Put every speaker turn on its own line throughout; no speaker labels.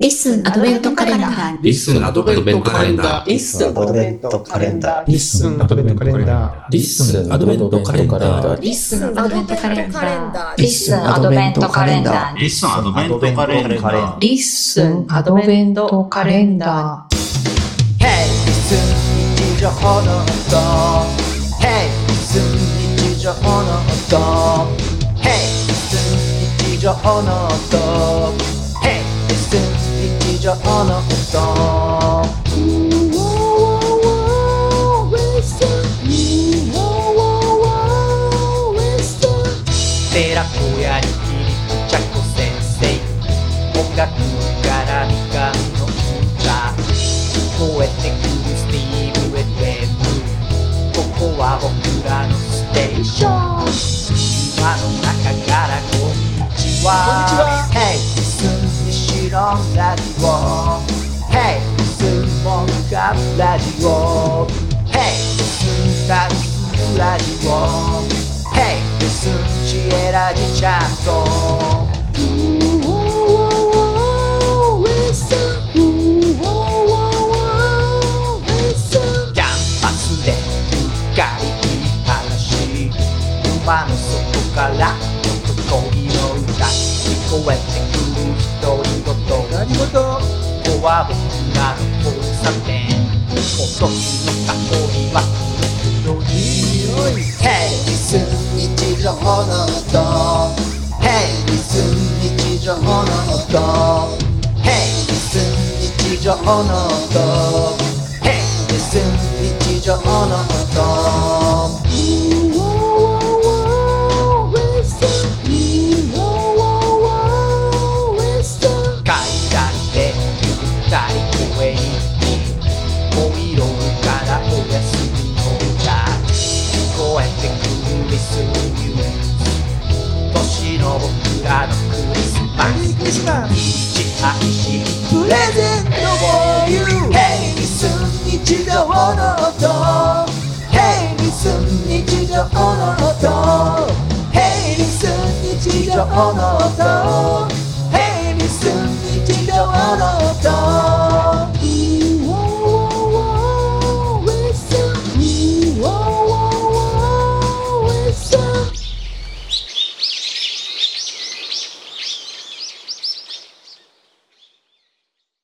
リッスンアドベントカレンダー。
リッスンアドベントカレンダー。
リッスンアドベントカレンダー。
リッスンアドベントカレンダ
リッスンアドベントカレンダー。
リッスンアドベントカレンダー。
リッスンアドベントカレンダー。
リッスンアドベントカレンダー。
リッスンアドベントカレンダー。
ヘイリッスン日常の音ヘイリッスン日常の音ヘイリッスン日常の音ヘイリッスン日常の音寺子屋にキリちゃこ先生音楽からみかんの歌聞こえてくるスティーブ・エデムここは僕らのステーション輪の中からこんにちは Hey! すんにしろんラジオ Hey! すんもんかラジオ Hey! すんかんすラジオ Hey! すんちえラジチャットキャンパスでうっかりいい話馬の底から恋の歌聞こえてくる独り言何事ここは僕らの交差点今年の香りは黒い匂いヘイリス日常の音ヘイリス日常の音ヘイリス日常の音ヘイリス日常の音階段でゆったり公園にお色からおやすみの歌聞こえてくるリスニュース年の僕らのクリスマスクリスマス一愛しプレゼントを言うヘイリス日常の音ヘイリス日常の音ヘイリス日常の音ヘイリス日常の音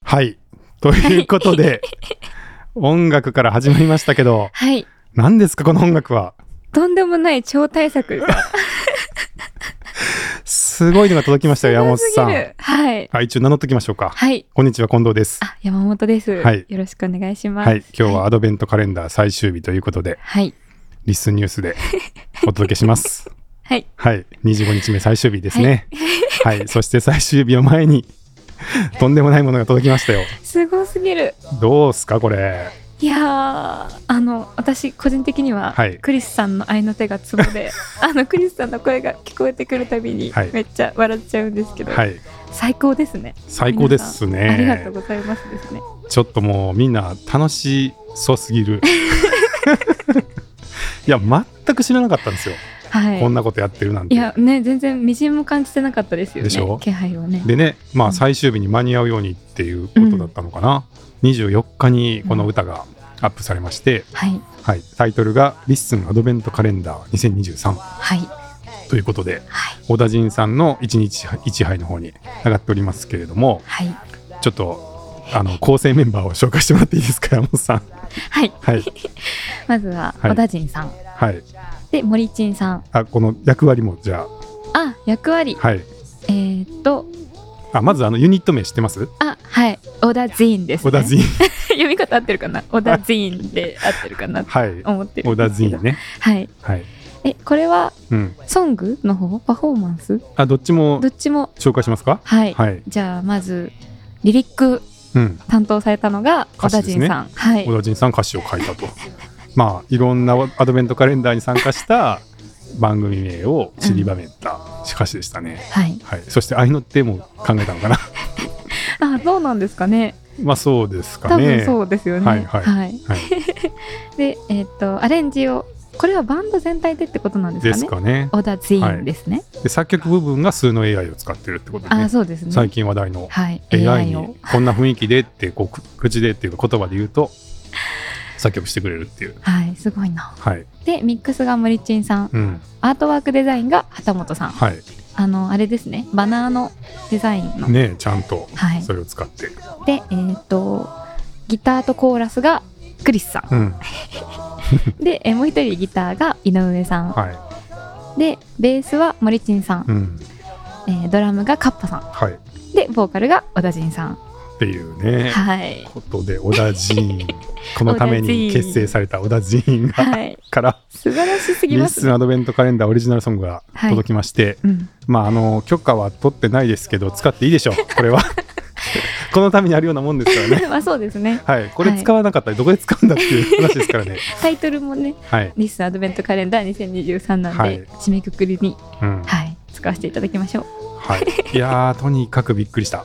ー。はい。ということで、音楽から始まりましたけど、
はい。
何ですか、この音楽は。
とんでもない超大作が。
すごいのが届きましたよ、山本さ
すごすぎ
ん。
るはい。
あ一応名乗っときましょうか。
はい。
こんにちは、近藤です。
あ、山本です。
はい
よろしくお願いします。
はい。今日はアドベントカレンダー最終日ということで、
はい。
リスンニュースでお届けし ます。
はい。
はい。25日目最終日ですね。はい。そして最終日を前に、とんでもないものが届きましたよ。
すごすぎる。
どうすか、これ。
いやー、あの、私、個人的には、
はい
クリスさんの愛の手がツボ で、あの、クリスさんの声が聞こえてくるたびに、
はい
めっちゃ笑っちゃうんですけど、
はい。
最高ですね。
最高ですね。
ありがとうございますですね。
ちょっともうみんな楽しそうすぎ る。いや全く知らなかったんですよ、
はい。
こんなことやってるなん
い
て。
や、ね、全然みじんも感じてなかったですよね。
でしょ
気配はね。
でねま
う
あ
ん
最終日に間に合うようにっていうことだったのかな、24日にこの歌がアップされまして、
はい。
はい、タイトルが「リッスンアドベントカレンダー2023
はい。」
ということで
はい。
小田陣さんの1日1杯の方に上がっておりますけれども
はい。
ちょっとあの構成メンバーを紹介してもらっていいですか山本さん。
はい。
はい、
まずは、
はい
小田陣さん。
はい、
で、森珍さん。
あこの役割もじゃ
あ、役割
あ。はい
えーっと、
あまずあのユニット名知ってます
あ、はい。小田ジーンです、ね。
小田ジーン
読み方合ってるかな小田ジーンで合ってるかなと
はい
思ってる
小
んで
田
す
ジ
けど。
ーンね
はい。
はい、
え、これは、
うん、
ソングの方パフォーマンス
あどっちも
どっちも。
紹介しますか
はい。
はい、
じゃあ、まず、リリック
うん、
担当されたのが、小田陣さん。はい
小。田ジーンさん歌詞を書いた とまあいろんなアドベントカレンダーに参加した番組名を散りばめた歌詞でしたね、
はい。
はい、そして愛の手も考えたのかな
あ、どうなんですかね。
まあそうですか
多
ね
分そうですよね。
はいはい
はい
はい
で、えっとアレンジをこれはバンド全体でってことなんです
で
か
す
ね
かね
小田全員ですね、
で作曲部分が数の AI を使ってるってこと
ああ
ね
そうですね
最近話題の
はい
AI
AI
に
を
こんな雰囲気でってこうく口でっていうか言葉で言うと作曲してくれるっていう
はいすごいな
はい
でミックスが森ちんさん
うん
アートワークデザインが旗本さん
はい
あのあれですねバナーのデザインの、
ねえちゃんと
はい
それを使って、
でえっ、とギターとコーラスがクリスさん
うん
でえーもう一人ギターが井上さん
は
でベースは森ちんさん
い、うん
えードラムがカッパさん
はいっ
でボーカルが小田仁さん
ていうね
はい
ことで小田寺院 このために
小田寺院
結成された小田寺院が
はい
から
素晴らしすぎ
リッ
ます
スンアドベントカレンダーオリジナルソングが届きまして、
うん
まああの許可は取ってないですけど使っていいで しょうこれはこのためにあるようなもんですからね
まあそうですね
はいこれ使わなかったらどこで使うんだっていう話ですからね
タイトルもね
はい、
リスアドベントカレンダー2023なんで、
はい
締めくくりに、
うん
はい、使わせていただきましょう
はい、いやーとにかくびっくりした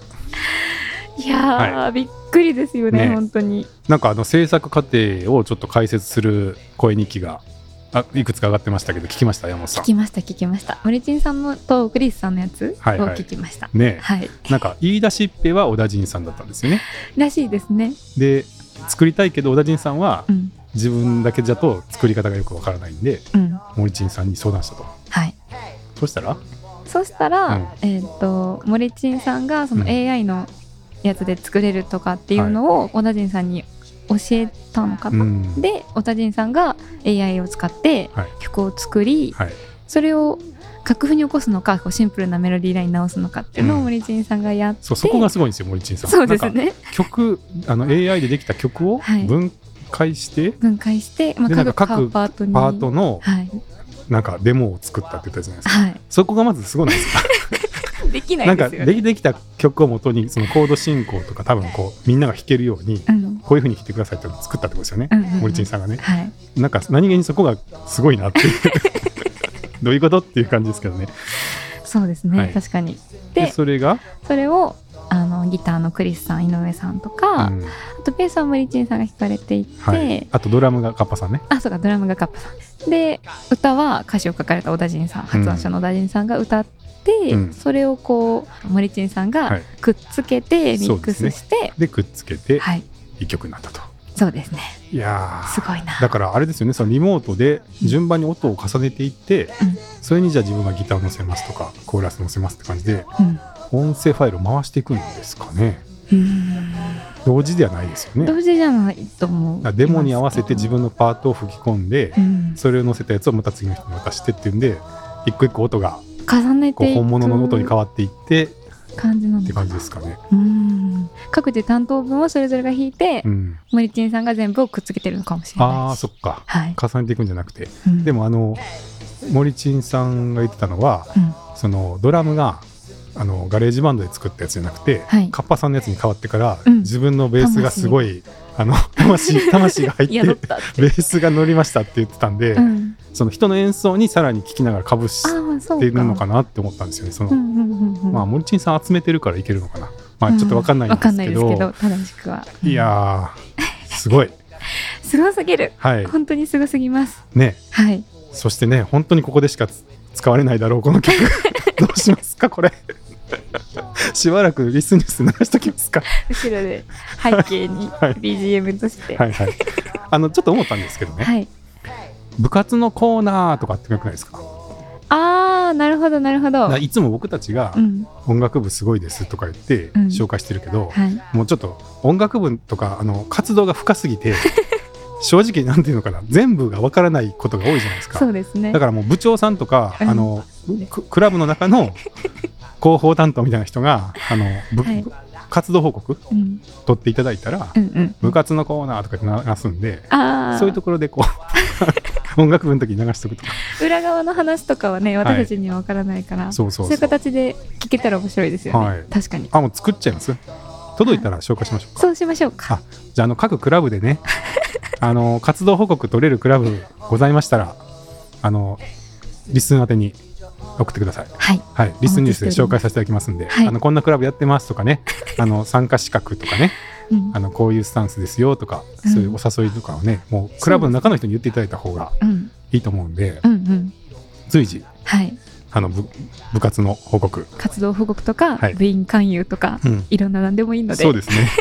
いやー、びっくりですよね
ね
本当に
なんかあの制作過程をちょっと解説する声日記があいくつか上がってましたけど聞きました山本さ
聞きました聞きました森珍さんのとクリスさんのやつを
はいはい
聞きました
んね
はい、
えなんか言い出しっぺは小田陣さんだったんですよね
らしいですね
で作りたいけど小田陣さんは
うん
自分だけじゃと作り方がよくわからないんで
うん
森珍さんに相談したと
はい
そしたら
そしたら、
うん
えっ、と森珍さんがその
うん
AI のやつで作れるとかっていうのを小田陣さんに教えたのか
う
な、
ん
で小田陣さんが AI を使って
はい
曲を作り、
はい
それを楽譜に起こすのかこうシンプルなメロディーライン直すのかっていうのを
うん
森珍さんがやって、
そうそこがすごいんですよ森珍さん
そうです
なんか
ね
曲あの AI でできた曲を
はい
分解して
分解して、まあ、
でなんか
各
各
パートに
パートの
はい、
なんかデモを作ったって言ったじゃないですか
は
そこがまずすごいないですか
い、できな
ないんか
ですよ
で
ね。
できた曲をもとにそのコード進行とか多分こうみんなが弾けるように
うんうん
こういうふうに弾いてくださいって作ったってことですよね、
うんうん
森珍さんがね
はい、
なんか何気にそこがすごいなっていう どういうことっていう感じですけどね
そうですね、
はい
確かに。
で
で、
それが、
それをあのギターのクリスさん、井上さんとか、
うん
あとベースは森珍さんが弾かれていて、
はい、あとドラムがカッパさんね
あそうかドラムがカッパさんで歌は歌詞を書かれた小田陣さん発案者の小田陣さんが歌って、
うん
それをこう森珍さん
は
が
い
くっつけてミ
そう
ッ
で
ク
すね
スして、
でくっつけて
はい
いい曲になったと、
そうですね
い、やー
すごいな
だからあれですよねそのリモートで順番に音を重ねていって、
うん
それにじゃあ自分がギターを乗せますとかコーラス乗せますって感じで
うん
音声ファイルを回していくんですかね同時ではないですよね
同時じゃないと思
だから
う
デモに合わせて自分のパートを吹き込んで、
うん、
それを載せたやつをまた次の人に渡してっていうんで一個一個音が
重ね
こ
て
う
いく
本物の音に変わっていってっ
感じなの
て
か
感じですかね。
うん各自担当分をそれぞれが弾いて、
うん、
森珍さんが全部をくっつけてるのかもしれない
あーそっか
はい、
重ねていくんじゃなくて
うん
でもあの森珍さんが言ってたのは、
うん
そのドラムがあのガレージバンドで作ったやつじゃなくて、
はい
カッパさんのやつに変わってから、
うん
自分のベースがすごいあの魂 魂が入って
宿ったって
ベースが乗りましたって言ってたんで、
うん、
その人の演奏にさらに聴きながらかぶし
ああそう
て
か
るのかなって思ったんですよね。その
うんうんうんうん
まあ、森珍さん集めてるからいけるのかな、まあ、ちょっとわかんないん
わ
で
か
す
んない
け
です
ど,、
けど正しくはい
やーすごい
すごすぎる
はい
本当にすごすぎます
ね
はい
そしてね本当にここでしかつ使われないだろうこの 曲どうしますかこれしばらくリスニュース流しときますか
後ろで背景に
はい
BGM としては、
はいいはいあのちょっと思ったんですけどね、部活のコーナーとかってよくないですかだか
ああなるほどなるほど
らいつも僕たちが
うん
音楽部すごいですとか言って
うん
紹介してるけど、
はい
もうちょっと音楽部とかあの活動が深すぎ て正直なんていうのかな全部がわからないことが多いじゃないですか
そうですね
だからもう部長さんとか、
うん
あのククラブの中の広報担当みたいな人があの、ぶ
はい
活動報告
うん
取っていただいたら、
うんうん
部活のコーナーとかで流すんで
ああ
そういうところでこ う音楽部の時に流しとくとか
裏側の話とかはね私たちにはわからないから、
そうそうそう
いう形で聞けたら面白いですよね、
はい
確かに
あもう作っちゃいます届いたら紹介しましょうか
そうしましょうか
あじゃああの各クラブでねあの活動報告取れるクラブございましたらあのリスン宛てに送ってください
はい
はい、リスニュースで紹介させていただきますんで、
はい
あのこんなクラブやってますとかね、あの参加資格とかね、
うん
あのこういうスタンスですよとか、
うん
そういうお誘いとかをね、もうクラブの中の人に言っていただいた方が
うん
いいと思うんで
うんうん
随時
はい
あの部部活の報告、
活動報告とか、
はい
部員勧誘とか
うん、
いろんな何でもいいので
そうですね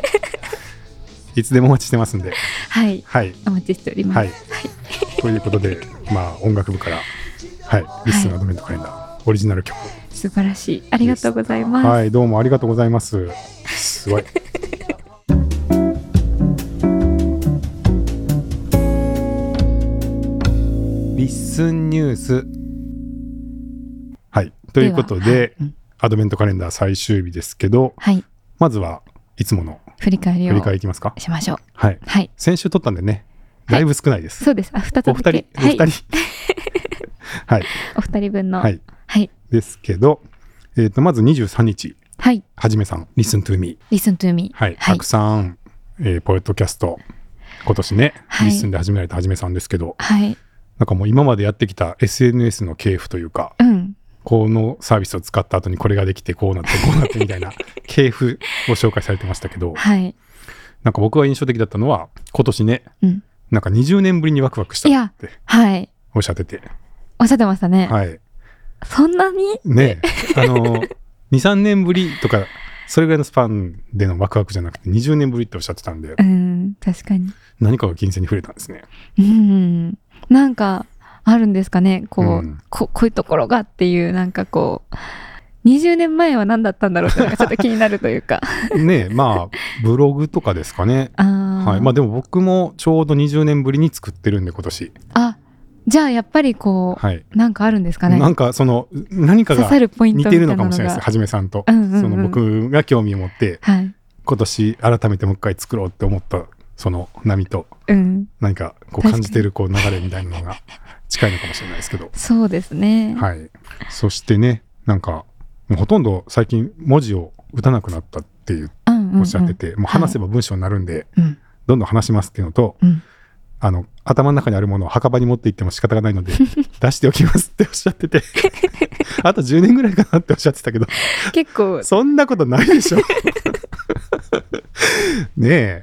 いつでもお待ちしてますんで
はい
はい
お待ちしております、
はいということでまあ音楽部からはい「リッスンアドベントカレンダー」オリジナル曲
素晴らしいありがとうございます、
はいどうもありがとうございますすごいリッスンニュースはいということで
はうん
アドベントカレンダー最終日ですけど
はい
まずはいつもの
振り返り
振
を
り返りいきますか
しましょう
はい
はい
先週撮ったんでね
はい
だいぶ少ないです、
そうですあ二つ
お二
だ
人
け、
お
はい
二人 はい
お二人分の
は
はい
いですけど、えー、とまず23日
はい
はじめさん「Listen to me
リスントゥーミ」ー
はい、たくさん、えーポエトキャスト今年ね、
はい
リッスンで始められたはじめさんですけど
はい
なんかもう今までやってきた SNS の系譜というか
うん
このサービスを使った後にこれができてこうなってこうなってみたい な系譜を紹介されてましたけど
はい
なんか僕が印象的だったのは今年ね、
うん
なんか20年ぶりにワクワクし
い
たっ
や
て
はい
おっしゃってて、
おっしゃってましたね、
はい、
そんなに
ねえ あの23年ぶりとかそれぐらいのスパンでのワクワクじゃなくて20年ぶりっておっしゃってたんで
うん確かに
何かが金銭に触れたんですね。
うんなんかあるんですかねこう、
うん
ここういうところがっていうなんかこう20年前は何だったんだろうっていうのがちょっと気になるとい うか
ねえまあブログとかですかね。
あー、
はい、まあでも僕もちょうど20年ぶりに作ってるんで今年、
あじゃあやっぱりこう、
はい、
なんかあるんですかね
なんかその何か
刺
が
さるポイン
似
トみた
て
い
る
な
の
の
かも
が
しれないですはじめさんと、
うんうんうん
その僕が興味を持って
はい
今年改めてもう一回作ろうって思ったその波と
うん
何かこ
確か
う
に
感じてるこう流れみたいなのが近いのかもしれないですけど
そうですね、
はい。そしてね、なんか、もうほとんど最近文字を打たなくなったっていう
うんうんうん
おっしゃってて、もう話せば文章になるんで、
うん
どんどん話しますっていうのと、
うん
あの、頭の中にあるものを墓場に持っていっても仕方がない ので、出しておきますっておっしゃってて、あと10年ぐらいかなっておっしゃってたけ ど、
結構
そんなことないで しょ。ねえ。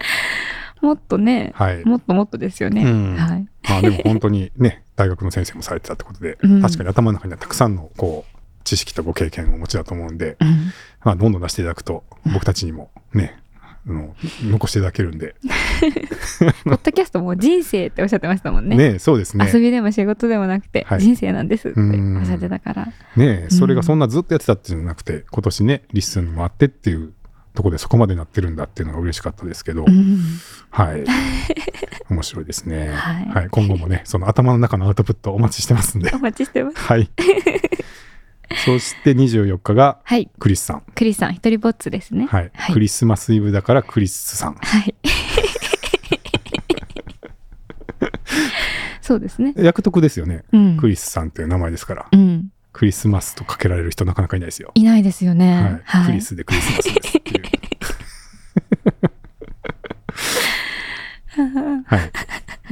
もっとね
はい。
もっともっとですよね、
うん
はい
まあでも本当にね、大学の先生もされてたってことで、
うん
確かに頭の中にはたくさんのこう、知識とご経験をお持ちだと思うんで、
うん
まあ、どんどん出していただくと、僕たちにもね、あの残していただけるんで、
ポッドキャストも人生っておっしゃってましたもんね
ねそうですね
遊。びでも仕事でもなくて、
はい
人生なんですって
うん
おっしゃってたから
ね
ん
それがそんなずっとやってたっていうのじゃなくて、今年ね、リッスンもあってっていうところでそこまでなってるんだっていうのが嬉しかったですけど、
うん
はい。面白いですね。
はい
今後もね、その頭の中のアウトプットお待ちしてますん で
お。待ちしてます
はい。そして24日が
はい
クリスさん。
クリスさん一人ぼっちですね
はい。
はい
クリスマスイブだからクリスさん。
はいそうですね
役得ですよね。
うん
クリスさんっていう名前ですから。
うん
クリスマスとかけられる人なかなかいないですよ。
いないですよ
はい
ね、
クリスでクリスマスですっていう。はい。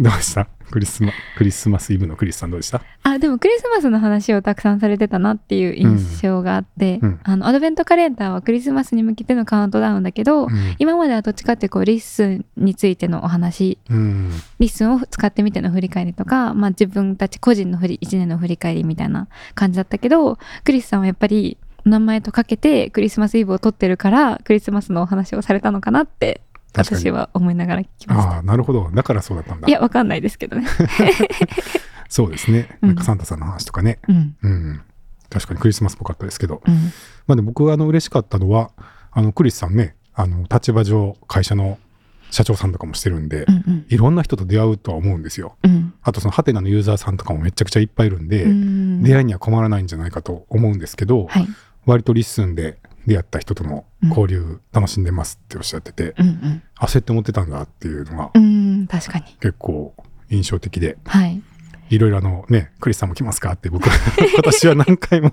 どうでしたクリスマクリスマスイブのクリスさんどうでした
あでもクリスマスの話をたくさんされてたなっていう印象があって、
うんうん
あのアドベントカレンダーはクリスマスに向けてのカウントダウンだけど、
うん
今まではどっちかっていうこうリッスンについてのお話
うん。
リッスンを使ってみての振り返りとか、まあ、自分たち個人の振り1年の振り返りみたいな感じだったけどクリスさんはやっぱりお名前とかけてクリスマスイブを撮ってるからクリスマスのお話をされたのかなって
確かに
私は思いながら聞きまし
ああ、なるほど。だからそうだったんだ
たい。やわかんないですけどね、
そうですね。
うん
なんかサンタさんの話とかね。
うん
うん。確かにクリスマスっぽかったですけど。
うん、
まあでも僕があの嬉しかったのは、あのクリスさんね、あの立場上会社の社長さんとかもしてるんで、
うんうん
いろんな人と出会うとは思うんですよ。
うん
あとそのハテナのユーザーさんとかもめちゃくちゃいっぱいいるんで、
うん
出会いには困らないんじゃないかと思うんですけど、
はい
割とリッスンで出会った人との交流楽しんでますっておっしゃってて、
うんうん
焦って思ってたんだっていうのが
うん確かに
結構印象的で、
はい
いろいろあのね、クリスさんも来ますかって僕、 私は何回も、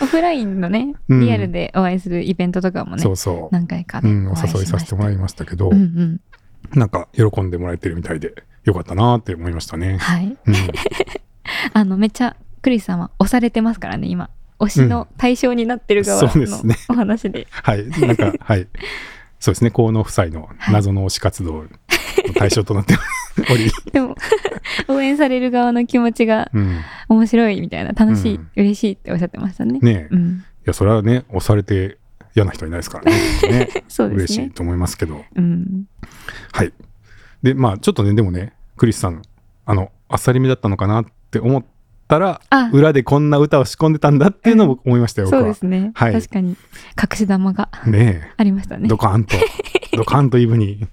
オフラインのね
うん
リアルでお会いするイベントとかもね、
そうそ
何回か
う、う
ね、
ん、お誘いさせてもらい
ま
ましたけど、
うんうん
なんか喜んでもらえてるみたいで、よかったなって思いました ね。
はい
うん、
あのめっちゃクリスさんは押されてますからね今推しの対象になってる側
うんそうですね
のお話で、
はい、なんか、はい。そうですね、河野夫妻の謎の推し活動の対象となってます 折り
でも 応援される側の気持ちが
うん、
面白いみたいな楽しい、
うん
嬉しいっておっしゃってましたね。
ねえ
う
い
ん、
やそれはね押されて嫌な人いないですから ねね
そうで
嬉
す
しい
ね。
と思いますけど
うん、
はいでまあちょっとねでもねクリスさんあのあっさりめだったのかなって思ったら
あ
裏でこんな歌を仕込んでたんだっていうのも思いましたよ、
そう
僕
で
は
すね、
はい
確かに隠し玉が
ね
ありました
え
ね
ド。カーン とドカーンとイブに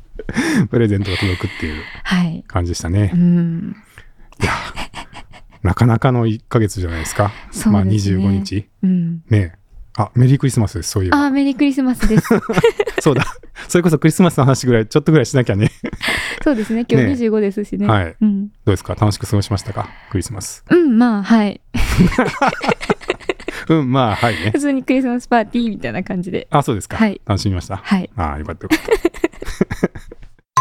プレゼントが届くっていう
はい。
感じでした
う
ね、
ん、
なかなかの1ヶ月じゃないですか
そうですね
まあ25日
うん。
ねえあメリークリスマスですそういえば
あー、メリークリスマス です。
そうだそれこそクリスマスの話ぐらいちょっとぐらいしなきゃね
そうですね。今日
ね
二十五ですしね。
はい
うん。
どうですか楽しく過ごしましたかクリスマス
うん、まあ、はい。
うんまあはいね
普通にクリスマスパーティーみたいな感じで。
あそうですか、
はい
楽しみました
はい。
ああよかったよかった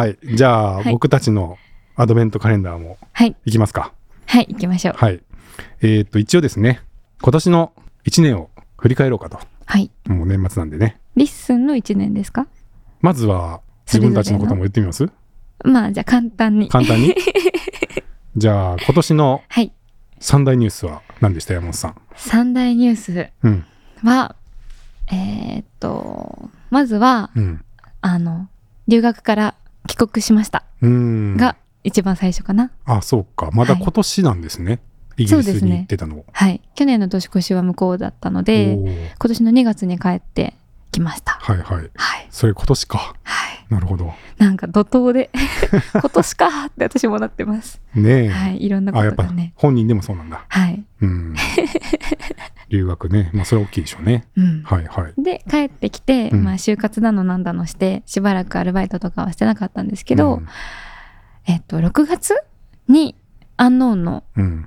はいじゃあ、
はい
僕たちのアドベントカレンダーも
はい。
いきますか
はい、行きましょう。
はいえーっと一応ですね今年の1年を振り返ろうかと
はい。
もう年末なんでね
リッスンの一年ですか
まずは自分たちのことも言ってみます
まあ、じゃあ簡単に。
簡単 にじゃあ今年の
はい。
三大ニュースは何でした山本さん
三大ニュース
うん
は、えーっと、まずは、
うん
あの、留学から帰国しました
うーん
が、一番最初かな。
あそうかまだ今年なんですね、イギリスに行ってたの
はい。去年の年越しは向こうだったので、
おー
今年の2月に帰ってきました。
はいはい
はい。
それ今年か
はい。
なるほど
なんか怒涛 で、今年かーって私もなってます。
ねえ、
はい。いろんなこ
あやっ
と
ぱ
がね。
本人でもそうなんだ
はい。
うん 留学ねまあそれは大きいでしょうね
うん。
はいはい
で帰ってきて、
うん
まあ、就活だのなんだのしてしばらくアルバイトとかはしてなかったんですけど、えっと、6月にアンノーンの
うん、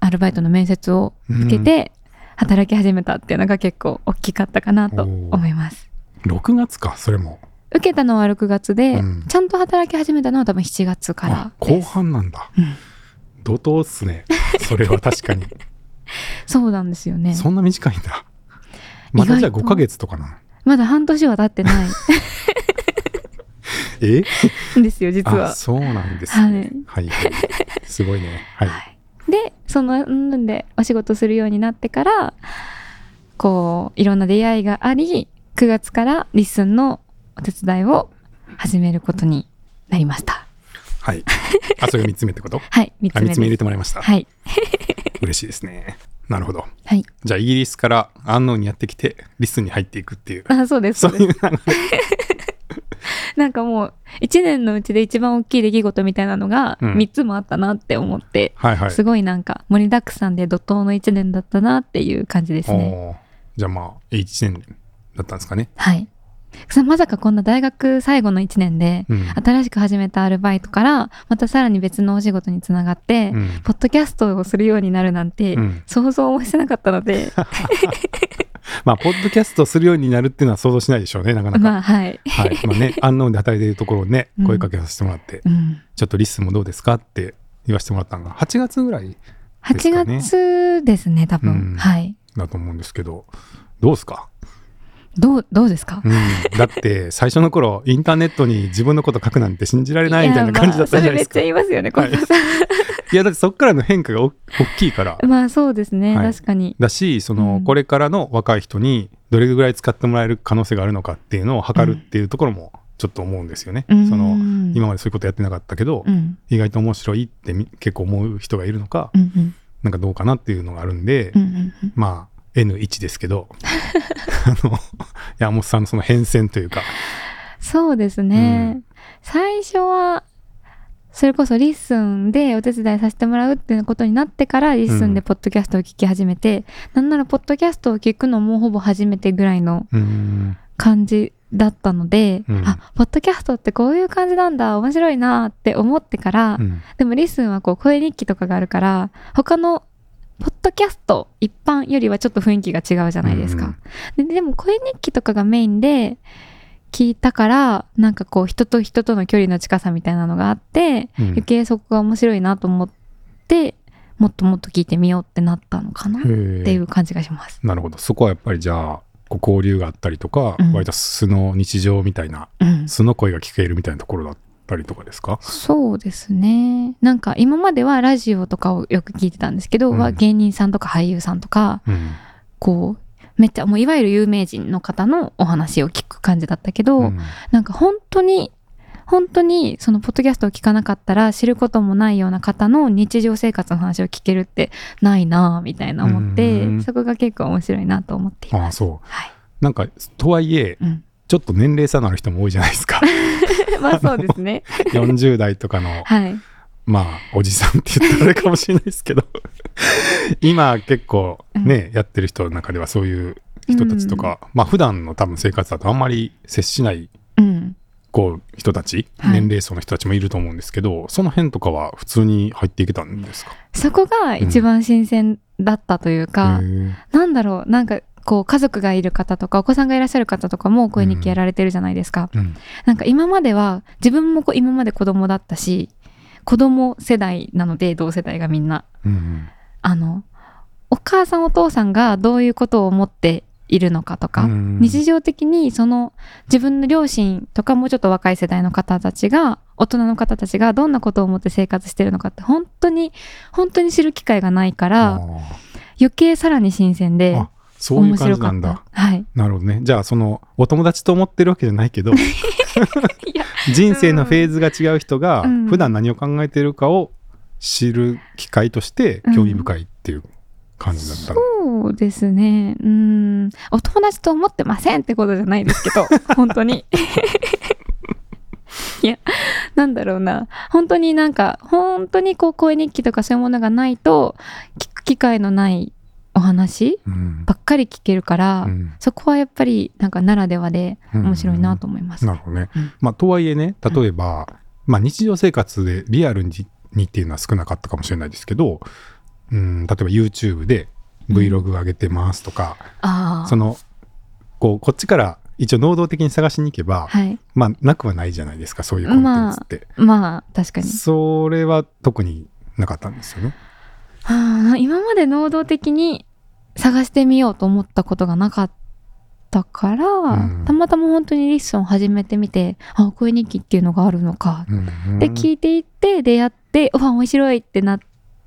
アルバイトの面接を
うん
受けて働き始めたっていうのが結構大きかったかなと思います。
6月かそれも
受けたのは6月で、
うん
ちゃんと働き始めたのは多分7月から
あ後
です。
半なんだ、
うん
怒涛っすねそれは確かに
そうなんです よね。
そんな短いんだまだじゃあ
意外
5
と
ヶ月とかな
まだ半年は経ってない
え
んですよ、実
あ
は。
そうなんですね、はいはい、すごいねはい、
でそのんでお仕事するようになってからこういろんな出会いがあり9月からリッスンのお手伝いを始めることになりました
はい、あそれが3つ目ってこと
はい3
あ
つ目
3
で
つ
す
目入れてもらいました、
はい
嬉しいですねなるほど
はい
じゃあイギリスから安納にやってきてリスンに入っていくっていう
あそうです
そ
そううです
いう流れ
なんかもう1年のうちで一番大きい出来事みたいなのが
うん
3つもあったなって思って、
はいはい
すごいなんか盛りだくさんで怒涛の1年だったなっていう感じですね
おーじゃあまあ1年だったんですかね
はいさまさかこんな大学最後の1年で、
うん
新しく始めたアルバイトからまたさらに別のお仕事につながって、
うん
ポッドキャストをするようになるなんて、
うん
想像もしてなかった ので
まあポッドキャストするようになるっていうのは想像しないでしょうねなかなか、
まあはい、
はいま あね安納で働いてるところをね
うん
声かけさせてもらって、
うん、
ちょっとリスンもどうですかって言わせてもらったのが8月ぐらいですか
8
ね
月ですね多分、
うん
はい
だと思うんですけどどうですか
どうどうですか
うん、だって最初の頃インターネットに自分のこと書くなんて信じられないみたいな感じだったじゃないですか。
や
い
まあそれめっちゃ言いますよね、近藤さん
やだってそっからの変化がお大きいから
まあそうですね、
はい
確かに
だしその、
うん
これからの若い人にどれぐらい使ってもらえる可能性があるのかっていうのを測るっていうところもちょっと思うんですよね。そ
うん
の今までそういうことやってなかったけど、
うん
意外と面白いってみ結構思う人がいるのか、
うんうん
なんかどうかなっていうのがあるんで、
うんうんうん
まあ N1 ですけどあの山本さんのその変遷というか。
そうですね、
うん
最初はそれこそリッスンでお手伝いさせてもらうっていうことになってからリッスンでポッドキャストを聞き始めて、なんならポッドキャストを聞くのもほぼ初めてぐらいの
うん
感じだったので、
うん
あポッドキャストってこういう感じなんだ面白いなって思ってから、
うん
でもリッスンはこう声日記とかがあるから他のポッドキャスト一般よりはちょっと雰囲気が違うじゃないですか。ででも声日記とかがメインで聞いたからなんかこう人と人との距離の近さみたいなのがあって、
うん
余計そこが面白いなと思ってもっともっと聞いてみようってなったのかなっ
へえ
ていう感じがします。
なるほどそこはやっぱりじゃあこう交流があったりとか、
うん
割と素の日常みたいな
うん
素の声が聞けるみたいなところだったりとかですか
そうですねなんか今まではラジオとかをよく聞いてたんですけど、
うん
は芸人さんとか俳優さんとか
うん、
こうめっちゃもういわゆる有名人の方のお話を聞く感じだったけど、
うん
なんか本当に本当にそのポッドキャストを聞かなかったら知ることもないような方の日常生活の話を聞けるってないなぁみたいな思って、
うん
そこが結構面白いなと思ってい
ああ
ます。
そう
はい、
なんかとはいえ
うん、
ちょっと年齢差のある人も多いじゃないです か
まあそうですね。
40代とかの
はい。
まあおじさんって言ったらあれかもしれないです けど今結構ね、やってる人の中ではそういう人たちとか、まあ普段の多分生活だとあんまり接しない
うん。
こう人たち、
はい
年齢層の人たちもいると思うんですけどその辺とかは普通に入っていけたんですか
そこが一番新鮮だったというか、
へー
なんだろう、なんかこう家族がいる方とかお子さんがいらっしゃる方とかも声日記やられてるじゃないですか。
うん
なんか今までは自分もこう今まで子供だったし、子供世代なので同世代がみんな。
うん
あのお母さんお父さんがどういうことを思っているのかとか、
うん
日常的にその自分の両親とかもうちょっと若い世代の方たちが大人の方たちがどんなことを思って生活してるのかって本当に本当に知る機会がないか
あ
ら
ー
余計さらに新鮮で
あそうい
面
う感
白
じ
か
な
っ
ん
た
だ
はい
なるほどねじゃあそのお友達と思ってるわけじゃない けど人生のフェーズが違う人が
うん
普段何を考えてるかを知る機会として興味深いっていう感じだったの、
そうですねうんお友達と思ってませんってことじゃないですけ ど本当にいやなんだろうな本当になんか本当にこう声日記とかそういうものがないと聞く機会のないお話
うん
ばっかり聞けるから、
うん
そこはやっぱりなんかならではで面白いなと思います。
なるほどね。
うん
まあ、とはいえね、例えば、まあ、日常生活でリアルににっていうのは少なかったかもしれないですけど、うん、例えば YouTube で Vlog 上げてますとか、
あ
そ
あ
の、こう、こっちから一応能動的に探しに行けば、
はい
まあ、なくはないじゃないですか、そういうコンテンツって。
まあ確かに
それは特になかったんですよね。
はあ、今まで能動的に探してみようと思ったことがなかったから、
うん
たまたま本当にリッスンを始めてみてあ声日記っていうのがあるのか、
うん
で聞いていって出会ってうわ面白いってなっ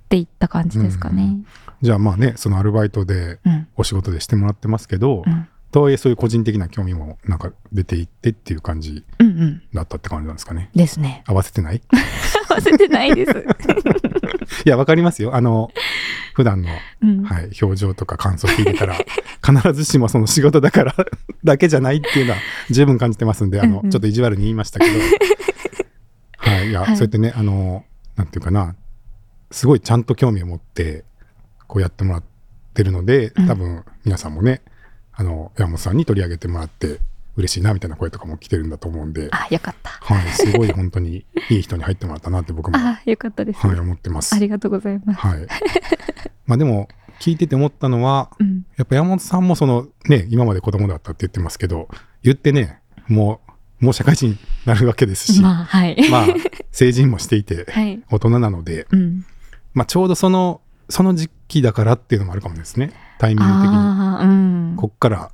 ていった感じですかね。
じゃあまあね、そのアルバイトで
うん
お仕事でしてもらってますけど、
うん
とはいえそういう個人的な興味もなんか出ていってっていう感じ
うんうん
だったって感じなんですかね。
ですね
合わせてない
忘れてないです。
いや、わかりますよ。あの、普段の、
うん
はい、表情とか感想聞いて たら、必ずしもその仕事だから、 だけじゃないっていうのは十分感じてますんで、あの、
うんうん
ちょっと意地悪に言いましたけ ど、はい、いや、
はい
そうやってね、あの、なんていうかな、すごいちゃんと興味を持って、こうやってもらってるので、
うん
多分皆さんもね、あの、山本さんに取り上げてもらって、嬉しいな、みたいな声とかも来てるんだと思うんで、
あよかった。
はい、すごい本当にいい人に入ってもらったなって僕も、は
あよかったです、
い、思ってます
あ。りがとうございます。
はい。まあでも、聞いてて思ったのは、
うん、
やっぱ山本さんもその、ね、今まで子供だったって言ってますけど、言ってね、もう、もう社会人になるわけです し、ま
まあはい。
あ、成人もしていて、
はい。
大人なので、
うん。
まあちょうどその、その時期だからっていうのもあるかもですね。タイミング的に。
ああうん。
こっから、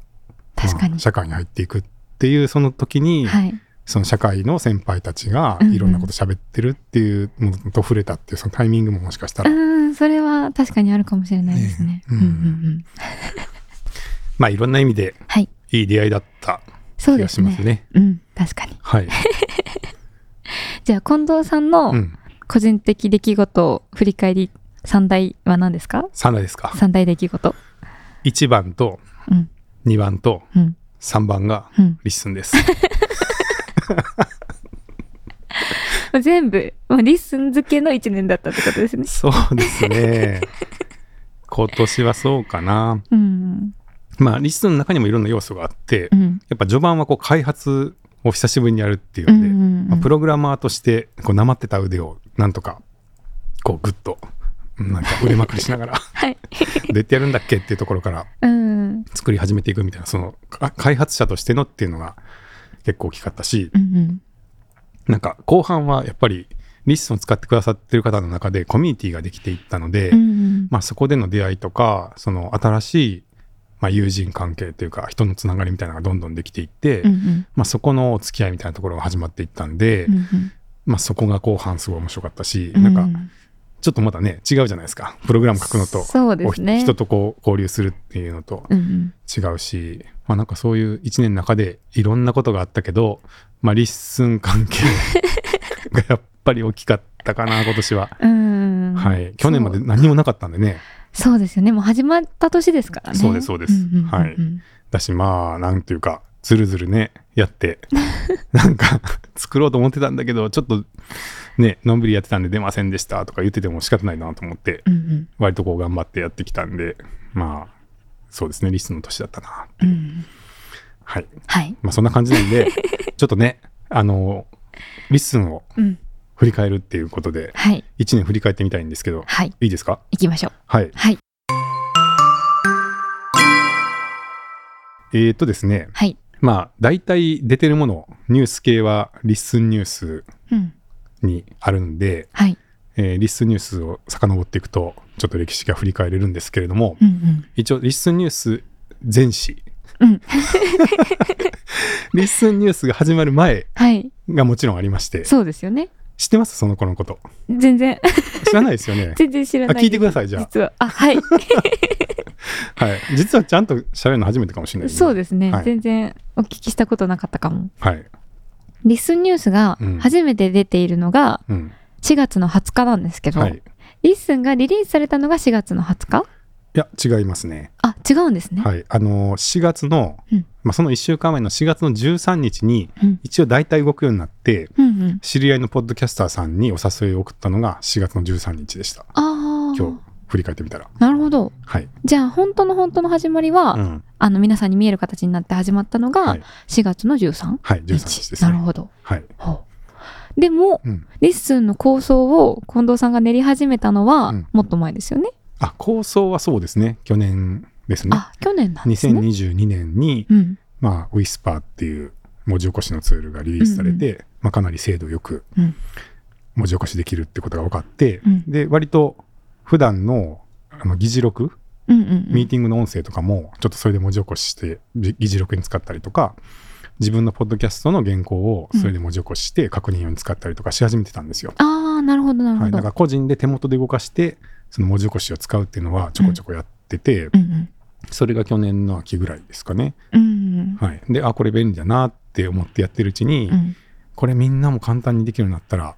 確か
ま
に
あ。社会に入っていくっていう、その時に、
はい。
その社会の先輩たちが
うんうん
いろんなこと喋ってるっていうのと触れたっていう、そのタイミングももしかしたら
う、ん、それは確かにあるかもしれないですね
ね。え
うん
うん
うんうん、
まあいろんな意味で
はい、
いい出会いだった
そう
気
で
が
す
します
ね。
ね。
うん、確かに。
はい。
じゃあ、近藤さん
う
の
ん。
個人的出来事を振り返り、三大は何ですか
3台ですか。
三大出来事。
1番と
うん、
2番と
うん、
3番が
うん。
リッスン です。
全部、もうリッスン付けの一年だったってことですね。
そうですね。今年はそうかな。
うん、
まあ、リッスンの中にもいろんな要素があって
う、ん、
やっぱ序盤はこう開発を久しぶりにやるっていう
うんん
で、
うんう
まあ
ん。
プログラマーとして、こう、なまってた腕を、なんとか、こう、ぐっと、なんか腕まくりしながら、
はい。
どうやってやるんだっけっていうところから
うん、うん、
作り始めていくみたいな、その、か開発者としてのっていうのが結構大きかったし、
うん。
なんか後半はやっぱりリスンを使ってくださってる方の中でコミュニティができていったので、
うんうん
まあそこでの出会いとか、その新しいまあ、友人関係というか人のつながりみたいなのがどんどんできていって、
うんうん
まあ、そこのお付き合いみたいなところが始まっていったんで、
うんうん
まあ、そこが後半すごい面白かったし、なん
う
かちょっとまだね違うじゃないですかプログラム書くのと
そうですね
こう人とこう交流するっていうのと
うんうん
違うし、まあ、なんかそういう1年の中でいろんなことがあったけど、まあ、リッスン関係がやっぱり大きかったかな今年は。
うんうん
はい、去年まで
そう
何もなかったんでね
そうですよねもう始まった年ですからね
そうですそうです
んんんん
はいだしまあなんていうかずるずるねやって なんか作ろうと思ってたんだけどちょっとねのんびりやってたんで出ませんでしたとか言ってても仕方ないなと思って
うんうん
割とこう頑張ってやってきたんでまあそうですねリスンの年だったな
うん
はい
はい
まあそんな感じなん でちょっとねあのリスンを
うん
振り返るっていうことで
はい
1年振り返ってみたいんですけど
はい
いいですか
行きましょう
はい
はい
えー、っとですね
はい
まあ大体出てるものニュース系はリスンニュース
うん
にあるんで、
はい
えーリスンニュースを遡っていくとちょっと歴史が振り返れるんですけれども、
うんうん
一応リスンニュース前史、
うん
リスンニュースが始まる前
はい
がもちろんありまして
そうですよね
知ってますその子のこと
全然
知らないですよね
全然知ら
あ
ない
聞いてくださいじゃ
実は あはい
あ、はい、実はちゃんと喋るの初めてかもしれない
そう
す、
ですね、
はい
全然お聞きしたことなかったかも
はい
リスンニュースが
うん
初めて出ているのが
うん
4月の20日なんですけど、
はい、い
リスンがリリースされたのが4月の20日
や違いますね
あ違うんですね、
はいあのー4月の、
うん
まあ、その1週間前の4月の13日に
うん
一応大体動くようになって
うんうん
知り合いのポッドキャスターさんにお誘いを送ったのが4月の13日でした
あ
今日
あ
振り返ってみたら
なるほど
はい、
じゃあ本当の本当の始まりは、
うん、
あの皆さんに見える形になって始まった
は
のが
い
4月の13
はい、
日、
13日です
なる
ね。
ほど
はい。
ほうでも
うん。
リッスンの構想を近藤さんが練り始めたのは
うん
もっと前ですよね、
あ、構想はそうですね。去年ですね。
あ去年なんですね
2022年に、
うん
まあ、ウィスパーっていう文字起こしのツールがリリースされて、まあ、かなり精度よく
うん
文字起こしできるってことが分かって、
うん
で、割と普段のあの議事録、
うんうんう
ミー
ん
ティングの音声とかも、ちょっとそれで文字起こしして、じ議事録に使ったりとか、自分のポッドキャストの原稿をそれで文字起こして確認用に使ったりとかし始めてたんですよ。
ああなるほどなる
は
ほ
い、
ど、
だから個人で手元で動かしてその文字起こしを使うっていうのはちょこちょこやってて、
うんうん
それが去年の秋ぐらいですかね、
うん
はい、であこれ便利だなって思ってやってるうちに、
うん、
これみんなも簡単にできるようになったら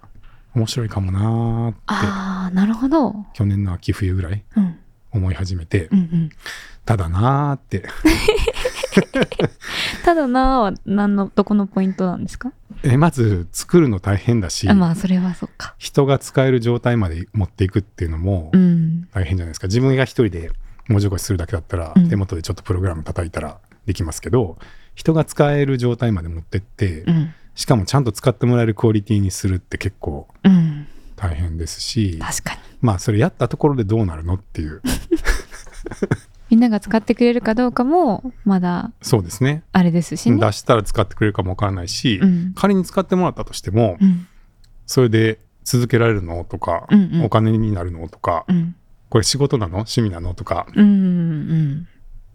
面白いかもなーって
ああなるほど、うん
去年の秋冬ぐらい
うん
思い始めて、
うん、
ただなーって
ただなーは何のどこのポイントなんですか、
えまず作るの大変だし、
あまあそれはそうか
人が使える状態まで持っていくっていうのも
うん
大変じゃないですか自分が一人で文字起こしするだけだったら、
うん
手元でちょっとプログラム叩いたらできますけど人が使える状態まで持ってって、
うん
しかもちゃんと使ってもらえるクオリティにするって結構
うん
大変ですし
確かに
まあそれやったところでどうなるのっていう
みんなが使ってくれるかどうかもまだ
そうですね
あれですしね
出したら使ってくれるかもわからないし、
うん
仮に使ってもらったとしても
うん
それで続けられるのとか、
うんうん
お金になるのとか、
うん
これ仕事なの趣味なのとか
うんうん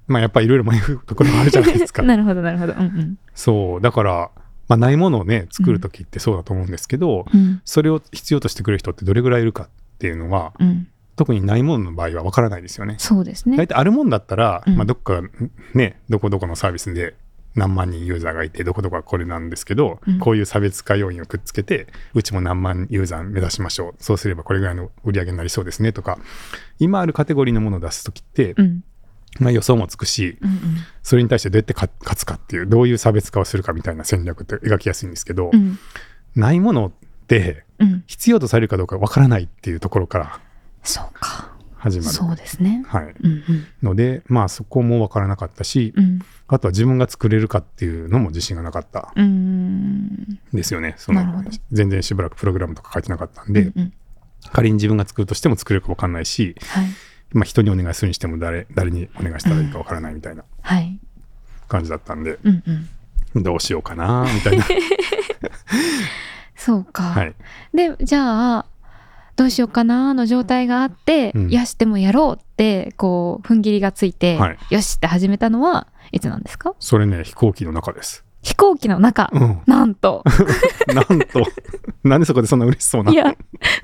まあやっぱりいろいろ迷うところもあるじゃないですか
なるほどなるほどうん
そうだから、まあ、ないものをね作る時ってそうだと思うんですけど、
うんうん
それを必要としてくれる人ってどれぐらいいるかっていうのは
うん
特にないものの場合はわからないですよね。
そうですね
大体あるもんだったら、
うん
まあ、どっかねどこどこのサービスで何万人ユーザーがいてどこどこはこれなんですけど、
うん
こういう差別化要因をくっつけてうちも何万ユーザー目指しましょうそうすればこれぐらいの売り上げになりそうですねとか今あるカテゴリーのものを出す時って、
うん
まあ、予想もつくし
うん
それに対してどうやってか勝つかっていうどういう差別化をするかみたいな戦略って描きやすいんですけど、
うんうん
ないものって
うん
必要とされるかどうかわからないっていうところから
そうか
始まる。
そうですね
はい、
うんうん
のでまあそこもわからなかったし、
うん
あとは自分が作れるかっていうのも自信がなかった
うん
んですよね。その
なるほど
全然しばらくプログラムとか書いてなかったんで、
うんうん
仮に自分が作るとしても作れるかわかんないし、
はい
まあ、人にお願いするにしても誰誰にお願いしたらいいかわからないみたいな
はい
感じだったんで、
うんうん
どうしようかなみ たいな。
そうか
はい、
でじゃあどうしようかなの状態があって、
うん
いやしてもやろうってってこう踏ん切りがついて、
はい
よしって始めたのはいつなんですか
それね、飛行機の中です。
飛行機の中、
うん。
なん と。
なんと、 なんでそこでそんな嬉しそうない
や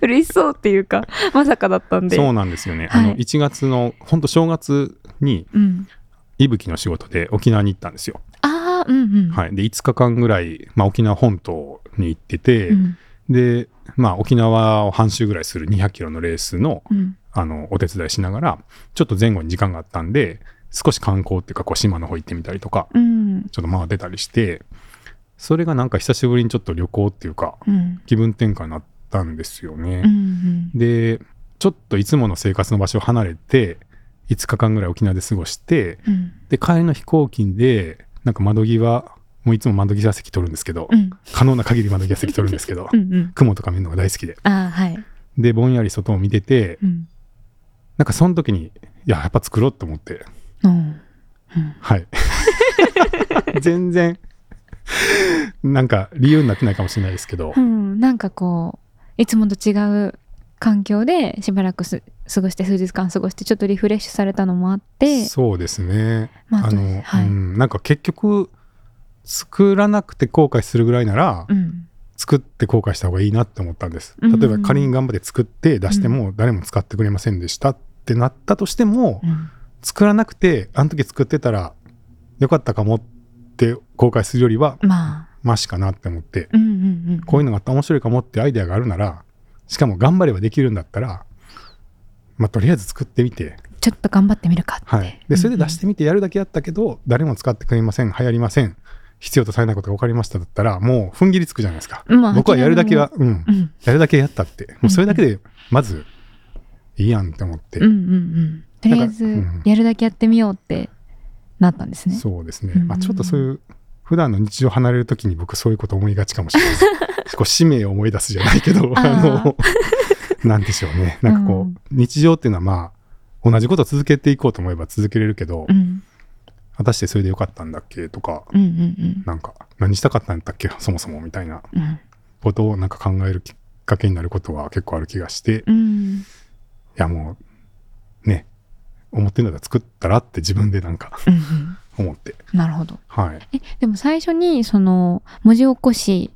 嬉しそうっていうかまさかだったんで
そうなんですよね。
はい
あの、1月の、ほんと正月に、
うん、
いぶきの仕事で沖縄に行ったんですよ。
ああうんうん、
はい。で、5日間ぐらい、まあ、沖縄本島に行ってて、
うん
で、まあ、沖縄を半周ぐらいする200キロのレースの、
うん
あの、お手伝いしながら、ちょっと前後に時間があったんで、少し観光っていうか、こう、島の方行ってみたりとか、
うん
ちょっと回ってたりして、それがなんか久しぶりにちょっと旅行っていうか、
うん
気分転換になったんですよ
うんう
ね。
ん
で、ちょっといつもの生活の場所を離れて、5日間ぐらい沖縄で過ごして、
うん
で、帰りの飛行機で、なんか窓際、もういつも窓際席取るんですけど
う、ん
可能な限り窓際席取るんですけ ど
う、んうん
雲とか見るのが大好きで。
ああはい
で、ぼんやり外を見てて、
うん
なんかその時に、いや、やっぱ作ろうと思って、
うん
はい。 全然、なんか理由になってないかもしれないですけど
う、ん、なんかこういつもと違う環境でしばらくす過ごして数日間過ごしてちょっとリフレッシュされたのもあって
そうですね。
ま
あの、
はい、う
うんん、なんか結局、作らなくて後悔するぐらいなら、作って後悔した方がいいなって思ったんです。
うん
例えば仮に頑張って作って出しても誰も使ってくれませんでしたってなったとしても、
うん
作らなくて、あの時作ってたらよかったかもって後悔するよりは、
まあ
マシかなって思って、
うんうんうん
こういうのがあったら面白いかもってアイデアがあるなら、しかも頑張ればできるんだったら、まあ、とりあえず作ってみて、
ちょっと頑張ってみるかって、
はい。で、それで出してみてやるだけだったけど、誰も使ってくれません、流行りません、必要とされないことが分かりましただったら、もう踏ん切りつくじゃないですか。
まあ
僕はやるだけは、うん
う、ん
やるだけやったって、もうそれだけで、まず、いいやんって思って、
うんうんうんとりあえず
なんかうん
やるだけやってみようってなったんですね
そうですね。
うん
まあ、ちょっとそういう、普段の日常離れるときに僕そういうこと思いがちかもし れないです。こう使命を思い出すじゃないけど、
あ
あ
ー
の、なんでしょうね。なんかこう、
うん
日常っていうのはまあ、同じことを続けていこうと思えば続けれるけど、
うん
果たしてそれでよかったんだっけとか、
うんうん
なんか、何したかったんだっけ そもそもみたいな
うんうん
ことをなんか考えるきっかけになることは結構ある気がして、い
うん
やもう、ね、思ってんだったら作ったらって自分でなんか
うんうん
思って、
なるほど
はい。
えでも最初にその文字起こし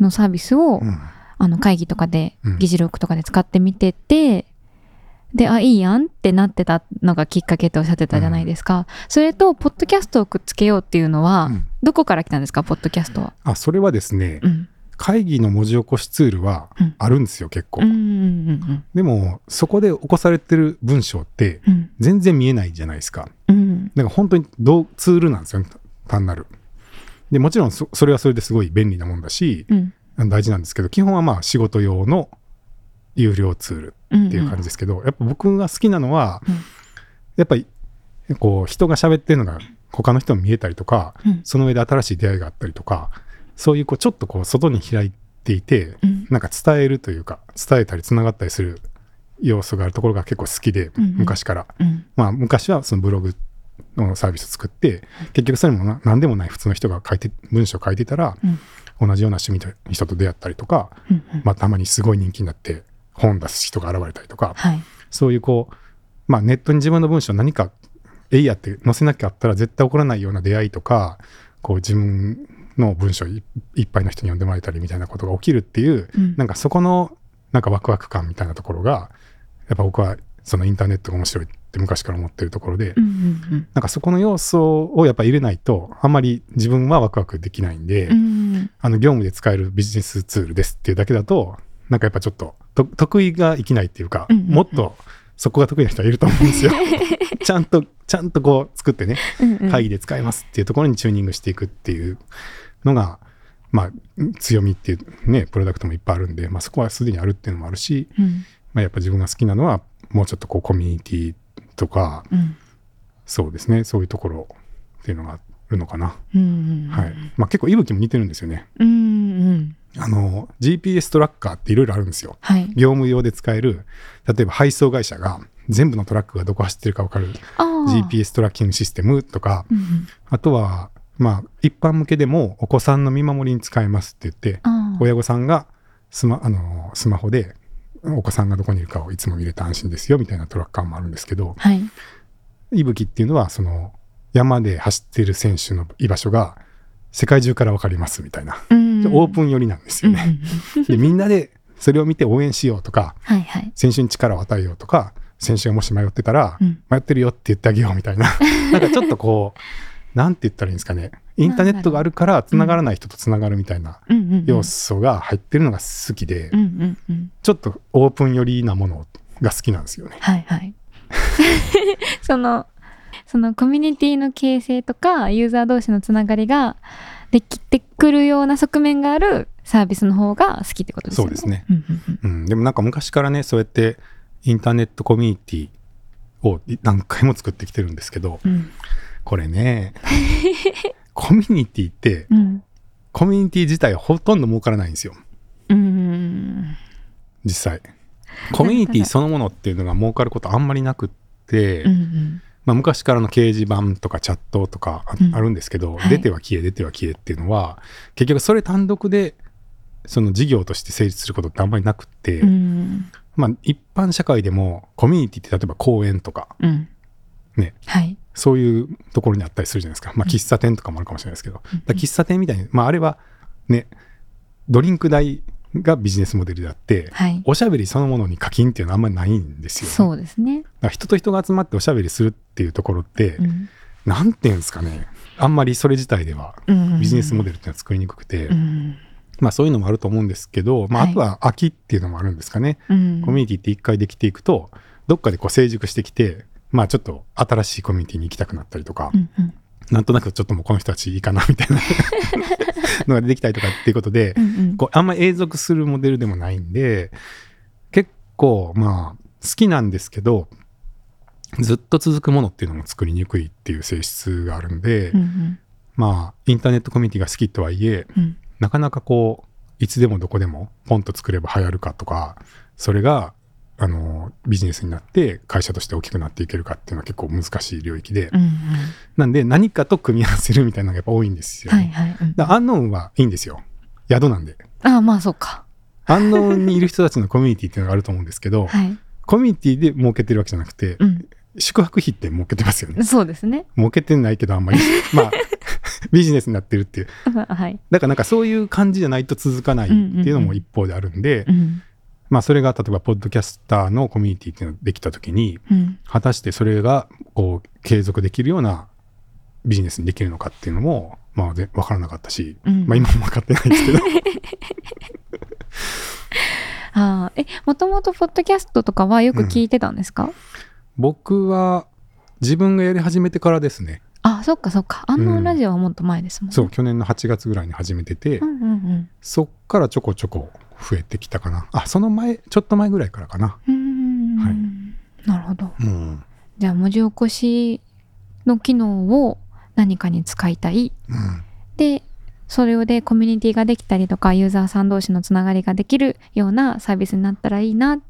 のサービスを、
うん
あの会議とかで、
うん
議事録とかで使ってみてて、で、あ、いいやんってなってたのがきっかけとおっしゃってたじゃないですか。それと、ポッドキャストをくっつけようっていうのは、
うん
どこから来たんですか、ポッドキャストは。
あ、それはですね、
うん。
会議の文字起こしツールは
うん
あるんですよ、結構
うんう。んうん
でも、そこで起こされてる文章って、
うん。
全然見えないじゃないですか。
うん。うん。
だから本当にどうツールなんですよね、単なる。で、もちろんそそれはそれですごい便利なもんだし、
うん。
大事なんですけど、基本はまあ仕事用の有料ツール
うん。
っていう感じですけど、やっぱ僕が好きなのは、
うん
やっぱり、こう、人が喋ってるのが他の人も見えたりとか、
うん
その上で新しい出会いがあったりとか、そういうこう、ちょっとこう、外に開いていて、
うん。
なんか伝えるというか、伝えたり繋がったりする要素があるところが結構好きで、
うんうん
昔から。
うん。
まあ、昔はそのブログのサービスを作って、結局それもな何でもない普通の人が書いて、文章を書いてたら、
うん
同じような趣味の人と出会ったりとか、
うんうん
まあ、たまにすごい人気になって本出す人が現れたりとか、
はい。
そういうこう、まあ、ネットに自分の文章何か、えいやって載せなきゃあったら絶対起こらないような出会いとか、こう自分の文章いいっぱいの人に読んでもらえたりみたいなことが起きるっていう、
うん
なんかそこのなんかワクワク感みたいなところが、やっぱ僕はそのインターネットが面白いって昔から思ってるところで、
うんうん
なんかそこの要素をやっぱ入れないと、あんまり自分はワクワクできないんで、
うん。うん。
あの業務で使えるビジネスツールですっていうだけだと、なんかやっぱちょっとと得意が生きないっていうか、
うんうんうん
もっとそこが得意な人はいると思うん ですよ。ちゃんと、ちゃんとこう作ってね、
うんうん。
会議で使えますっていうところにチューニングしていくっていうのが、まあ、強みっていうね、プロダクトもいっぱいあるんで、まあそこはすでにあるっていうのもあるし、
うん。
まあやっぱ自分が好きなのは、もうちょっとこうコミュニティとか、
うん。
そうですね、そういうところっていうのがあるのかな。
うんうん。
はい。まあ結構息吹も似てるんですよね。
うんうん。
あの、GPS トラッカーっていろいろあるんですよ。
はい。
業務用で使える、例えば配送会社が全部のトラックがどこ走ってるかわかる
ああ。
GPS トラッキングシステムとか、
うんうん。
あとは、まあ、一般向けでもお子さんの見守りに使えますって言って、
ああ。
親御さんがスマあのスマホでお子さんがどこにいるかをいつも見れて安心ですよみたいなトラッカーもあるんですけど、
はい。
息吹っていうのはその山で走ってる選手の居場所が世界中から分かりますみたいな、
うん
オープン寄りなんですよね。
うん
でみんなでそれを見て応援しようとか
はいはい。
選手に力を与えようとか選手がもし迷ってたら、
うん
迷ってるよって言ってあげようみた いななんかちょっとこうなんて言ったらいいんですかねインターネットがあるからつながらない人とつながるみたいな
うんうんうん
要素が入ってるのが好きで、
うんうんうん。
ちょっとオープン寄りなものが好きなんですよね。
はいはい。 その、そのコミュニティの形成とか、ユーザー同士のつながりができてくるような側面があるサービスの方が好きってことですよね。
そうですね
うんうんうん。
うん、でもなんか昔からねそうやってインターネットコミュニティを何回も作ってきてるんですけど
うん
これ ねコミュニティって
うん。
コミュニティ自体ほとんど儲からないんですよ
うん。
実際コミュニティそのものっていうのが儲かることあんまりなくって、
うん
まあ、昔からの掲示板とかチャットとかあ,、
うん
るんですけど、
はい
出ては消え出ては消えっていうのは結局それ単独でその事業として成立することってあんまりなくって、
うん。うん。
まあ、一般社会でもコミュニティって例えば公園とか
うん。
ね。
はい。
そういうところにあったりするじゃないですか、まあ、
うん
喫茶店とかもあるかもしれないですけど、
うん
だから喫茶店みたいに、まあ、あれはねドリンク代がビジネスモデルであって、
はい。
おしゃべりそのものに課金っていうのはあんまりないんですよね、
そうです
だ
ね。
から人と人が集まっておしゃべりするっていうところって、
うん
なんていうんですかねあんまりそれ自体では
うん
ビジネスモ
デ
デルっていうのは作りにくくて、
うん。
まあそういうのもあると思うんですけど、まあ、
はい
あとは空きっていうのもあるんですかね、
うん。
コミュニティって一回できていくとどっかでこう成熟してきてまあちょっと新しいコミュニティに行きたくなったりとか、
うんうん
なんとなくちょっともうこの人たちいいかなみたい なのが出てきたりとかっていうことで、
うんうん
こうあんま永続するモデルでもないんで結構まあ好きなんですけどずっと続くものっていうのも作りにくいっていう性質があるんで、
うんうん
まあインターネットコミュニティが好きとはいえ
うん
なかなかこういつでもどこでもポンと作れば流行るかとかそれがあのビジネスになって会社として大きくなっていけるかっていうのは結構難しい領域で、
うんうん
なんで何かと組み合わせるみたいなのがやっぱ多いんですよ、
はいはいうん
だからアンノーンはいいんですよ宿なんで
ああまあそうか
アンノーンにいる人たちのコミュニティっていうのがあると思うんですけど、
はい
コミュニティで儲けてるわけじゃなくて、
う
宿泊費って儲けてますよね
んそうですね
儲けてないけどあんまりまあビジネスになってるっていう
はい
だからなんかそういう感じじゃないと続かないっていうの
うんうんう
も
ん
一方であるんで、
うん
まあそれが例えばポッドキャスターのコミュニティっていうのができた時に
うん
果たしてそれがこう継続できるようなビジネスにできるのかっていうのもまあで分からなかったし、
うん
まあ今も分かってないですけ ど
あーえもともとポッドキャストとかはよく聞いてたんですか
僕は自分がやり始めてからですね
あそっかそっかあ
う
の
ん
ラジオはもっと前ですもんね
そう去年の8月ぐらいに始めてて、
うんうん
そっからちょこちょこ増えてきたかなあその前ちょっと前ぐらいからかな
うんうん
はい
なるほど
うん、
じゃあ文字起こしの機能を何かに使いたい
うん、
でそれでコミュニティができたりとかユーザーさん同士のつながりができるようなサービスになったらいいなっ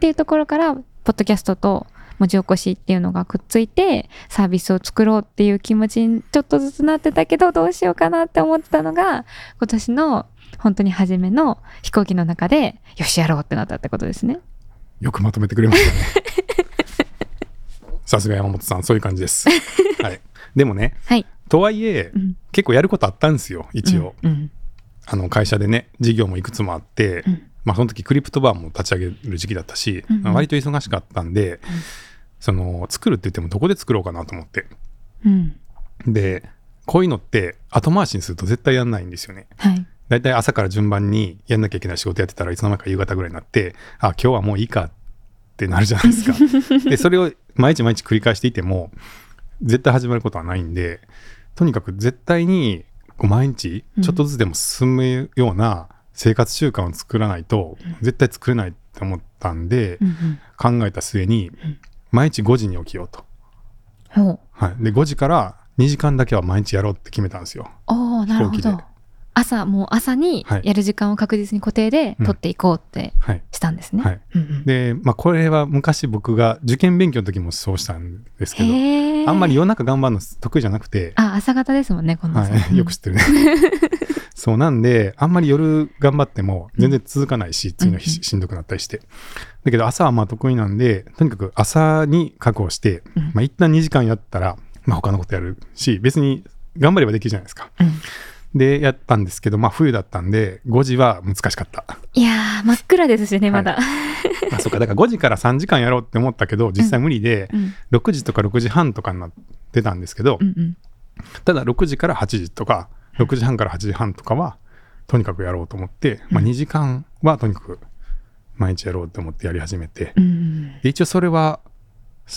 ていうところからポッドキャストと文字起こしっていうのがくっついてサービスを作ろうっていう気持ちにちょっとずつなってたけどどうしようかなって思ってたのが今年の本当に初めの飛行機の中でよしやろうってなったってことですね。
よくまとめてくれましたねさすが山本さんそういう感じです、はい、でもね
はい。
とはいえ
うん
結構やることあったんですよ一応、
うん
あの会社でね事業もいくつもあって、
うん
まあ、その時クリプトバーも立ち上げる時期だったし、
うんうん
まあ割と忙しかったんで、その作るって言ってもどこで作ろうかなと思って
うん
でこういうのって後回しにすると絶対やんないんですよね
はい。
だいたい朝から順番にやんなきゃいけない仕事やってたらいつの間にか夕方ぐらいになってあ今日はもういいかってなるじゃないですか でそれを毎日毎日繰り返していても絶対始まることはないんでとにかく絶対にこう毎日ちょっとずつでも進むような生活習慣を作らないと絶対作れないって思ったんで
うんうん
考えた末に毎日5時に起きようと、
ほう
はい、で5時から2時間だけは毎日やろうって決めたんですよ
ああなるほ
飛行
ど
機。
朝もう朝に
はい
やる時間を確実に固定で取っていこうって
はい
したんですね。
はい
うんうん
で、まあ、これは昔僕が受験勉強の時もそうしたんですけど
へー
あんまり夜中頑張るの得意じゃなくて、
あ朝方ですもんねこの
はい よく知 ってるねそうなんであんまり夜頑張っても全然続かないし、次の日
うんうん
ししんどくなったりしてだけど朝はまあ得意なんでとにかく朝に確保して、
うん
まあ一旦2時間やったら、まあ、他のことやるし別に頑張ればできるじゃないですか、
うん
でやったんですけどまあ冬だったんで5時は難しか った
いやー真っ暗ですしねまだ。
あそうかだから5時から3時間やろうって思ったけど実際無理で
うん
6時とか6時半とかになってたんですけど、
うんうん
ただ6時から8時とか6時半から8時半とかはとにかくやろうと思って、まあ、
うん
2時間はとにかく毎日やろうと思ってやり始めて、
うんうん
で一応それは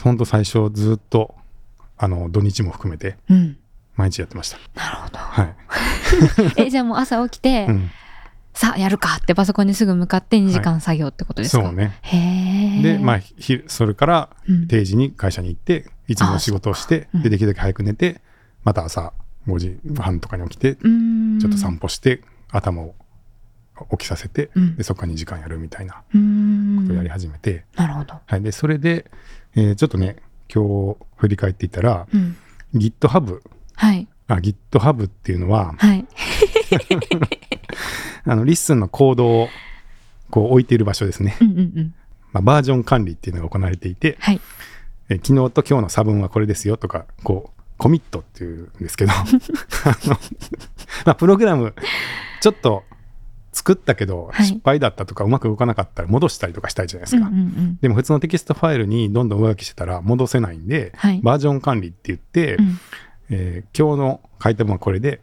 ほんと最初ずっとあの土日も含めて
うん
毎日やってました
なる ほど。
はい、
えじゃあもう朝起きて、
うん、
さあやるかってパソコンにすぐ向かって2時間作業ってことですか、
そうね
へえ
でまあひそれから
うん
定時に会社に行っていつもの仕事をして、
そっかうん
でできるだけ早く寝てまた朝5時半とかに起きて
うーん
ちょっと散歩して頭を起きさせて、
うん
でそこから2時間やるみたいな
うー
ことを
ん
やり始めて、
なるほど、
はい、でそれで、えーちょっとね今日振り返っていたら
うん、
GitHub
はい
あ GitHub っていうのは
はい
あのリッスンのコードをこう置いている場所ですね、
うんうんうん
まあ、バージョン管理っていうのが行われていて、
はい
えー昨日と今日の差分はこれですよとかこうコミットっていうんですけ どあの、まあ、プログラムちょっと作ったけど
はい
失敗だったとか、うまく動かなかったら戻したりとかしたいじゃないです
うんう
か、
んうん
でも普通のテキストファイルにどんどん上書きしてたら戻せないんで、
はい
バージョン管理って言って、
うん
えー今日の書いた分はこれで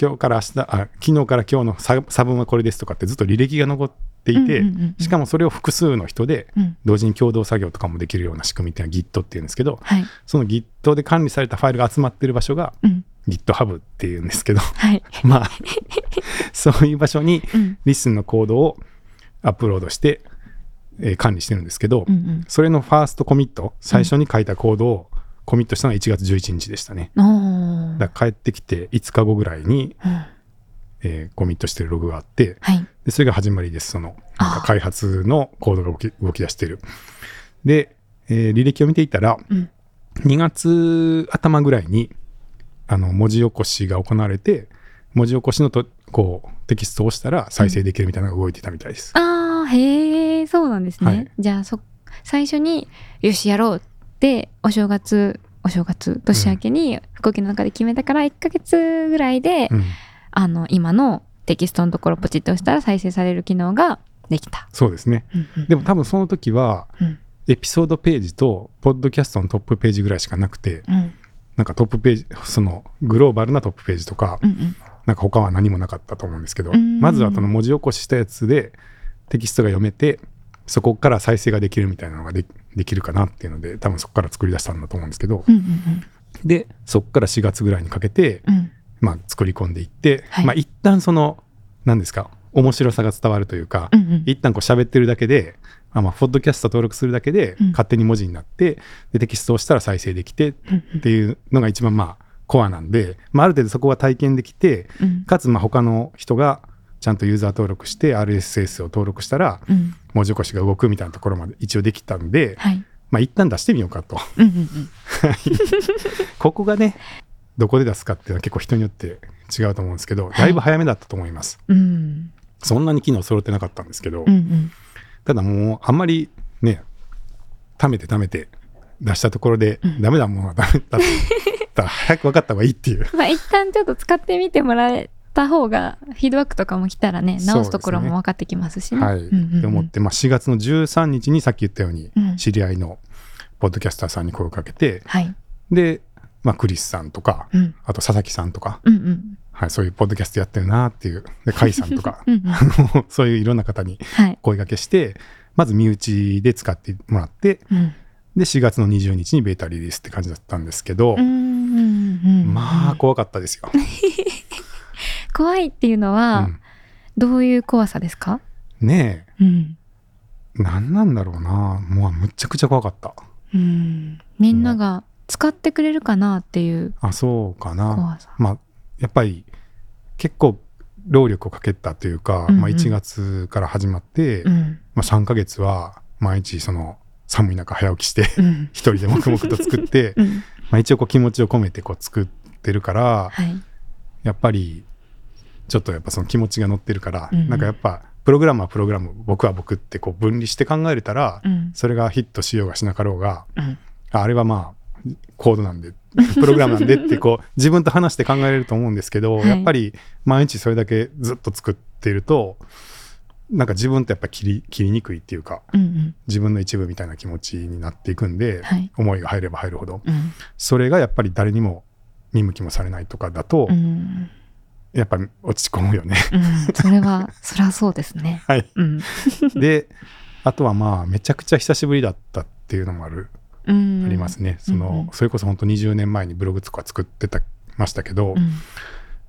今日から明日あ昨日から今日の差差分はこれですとかってずっと履歴が残っていて、
うんうんうんうん
しかもそれを複数の人で
うん
同時に共同作業とかもできるような仕組みっていうのは Git っていうんですけど
はい
その Git で管理されたファイルが集まってる場所が
うん
GitHub っていうんですけ ど
はい
まあそういう場所に
うん
リスンのコードをアップロードして、えー管理してるんですけど、
うんうん
それのファーストコミット最初に書いたコードをコミットしたのが1月11日でしたね、
おー
だから帰ってきて5日後ぐらいに、
うん
えーコミットしてるログがあって
はい
でそれが始まりですその
あー
なんか開発のコードが動き動き出してるで、えー履歴を見ていたら、
うん
2月頭ぐらいにあの文字起こしが行われて文字起こしのとこうテキストを押したら再生できるみたいなのが動いてたみたいです、
あーへえそうなんですね、
はい
じゃあそ最初によしやろうってお正月お正月年明けに飛行機の中で決めたから1ヶ月ぐらいで、
うん
あの今のテキストのところポチッと押したら再生される機能ができた。
そうですねでも多分その時は、
うん
エピソードページとポッドキャストのトップページぐらいしかなくて
うん
なんかトップページそのグローバルなトップページとか、
うん
なんか他は何もなかったと思うんですけど、
うん
まずはその文字起こししたやつでテキストが読めてそこから再生ができるみたいなのがでできるかなっていうので多分そこから作り出したんだと思うんですけど、
うんうんうん
でそこから4月ぐらいにかけて、
うん
まあ、作り込んでいって、
はい
まあ一旦その何ですか面白さが伝わるというか、
うんうん
一旦こう喋ってるだけで、あまあ、ポッドキャスト登録するだけで
うん
勝手に文字になって、でテキストを押したら再生できてっ
うん
ていうのが一番まあコアなんで、まあ、ある程度そこは体験できて
うん
かつまあ他の人がちゃんとユーザー登録して RSS を登録したら
うん
文字起こしが動くみたいなところまで一応できたんで、
はい
まあ、一旦出してみようかと
うんうんうん
ここがねどこで出すかっていうのは結構人によって違うと思うんですけど
い
だいぶ早めだったと思います、
うん
そんなに機能揃ってなかったんですけど、
うんうん
ただもうあんまりね貯めて貯めて出したところで、
うん
ダメだもんはダメだったら早く分かった方がいいっていう
まあ一旦ちょっと使ってみてもらえた方がフィードバックとかも来たらね
そうですね
直すところも分かってきますしね。
はい、
うんうんうん
って思って、まあ、4月の13日にさっき言ったように
うん
知り合いのポッドキャスターさんに声をかけて
はい
で、まあ、クリスさんとか
うん
あと佐々木さんとか、
うんうん
はい、そういうポッドキャストやってるなっていうで甲斐さんとか
うんうん
あのそういういろんな方に
はい
声掛けしてまず身内で使ってもらって
うん
で4月の20日にベータリリースって感じだったんですけど、
うんうんうん
まあ怖かったですよ。
怖いっていうのは
うん
どういう怖さですか？
ね
うん
え何なんだろうなもうむっちゃくちゃ怖かった
うんみんなが使ってくれるかなっていう
あそうかな
怖さ。
まあやっぱり結構労力をかけたというか、
うんうん
まあ、1月から始まって、
うん
まあ、3ヶ月は毎日その寒い中早起きして
うん
一人で黙々と作 って
うん
まあ一応こう気持ちを込めてこう作ってるから
はい
やっぱりちょっとやっぱその気持ちが乗ってるから、
うんうん
なんかやっぱプログラムはプログラム僕は僕ってこう分離して考えれたら、
うん
それがヒットしようがしなかろうが、
うん
ああれはまあコードなんでプログラムなんでって こう自分と話して考えれると思うんですけど、
はい
やっぱり毎日それだけずっと作ってるとなんか自分ってやっぱ切り切りにくいっていうか
うんうん
自分の一部みたいな気持ちになっていくんで、
はい
思いが入れば入るほど
うん
それがやっぱり誰にも見向きもされないとかだと、
うん
やっぱり落ち込むよ ね。
うんそれはそりゃそうですね
はい、
うん
であとはまあめちゃくちゃ久しぶりだったっていうのもある、
うん
ありますねその、
うんうん
それこそ本当20年前にブログとか作ってたましたけど、
うん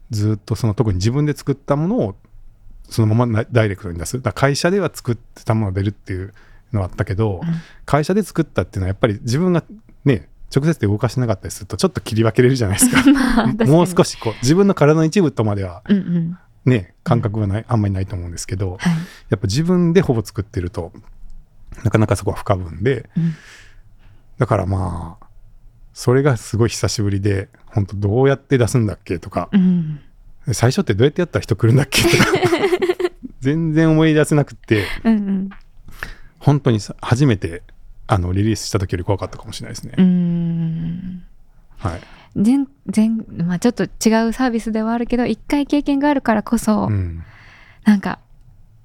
ずっとその特に自分で作ったものをそのままダイレクトに出すだから会社では作ってたものを出るっていうのはあったけど、
うん
会社で作ったっていうのはやっぱり自分がね直接で動かしなかったりするとちょっと切り分けれるじゃないですか
まあ確かに
もう少しこう自分の体の一部とまでは
うんうん
ね感覚はないあんまりないと思うんですけど、
はい
やっぱ自分でほぼ作ってるとなかなかそこは不可分で、
うん
だからまあそれがすごい久しぶりで本当どうやって出すんだっけとか、
うん
最初ってどうやってやったら人来るんだっけと か全然思い出せなくて
うんうん
本当にさ初めてあのリリースした時より怖かったかもしれないですね。
うん
はい
全全まあちょっと違うサービスではあるけど一回経験があるからこそ、
うん
なんか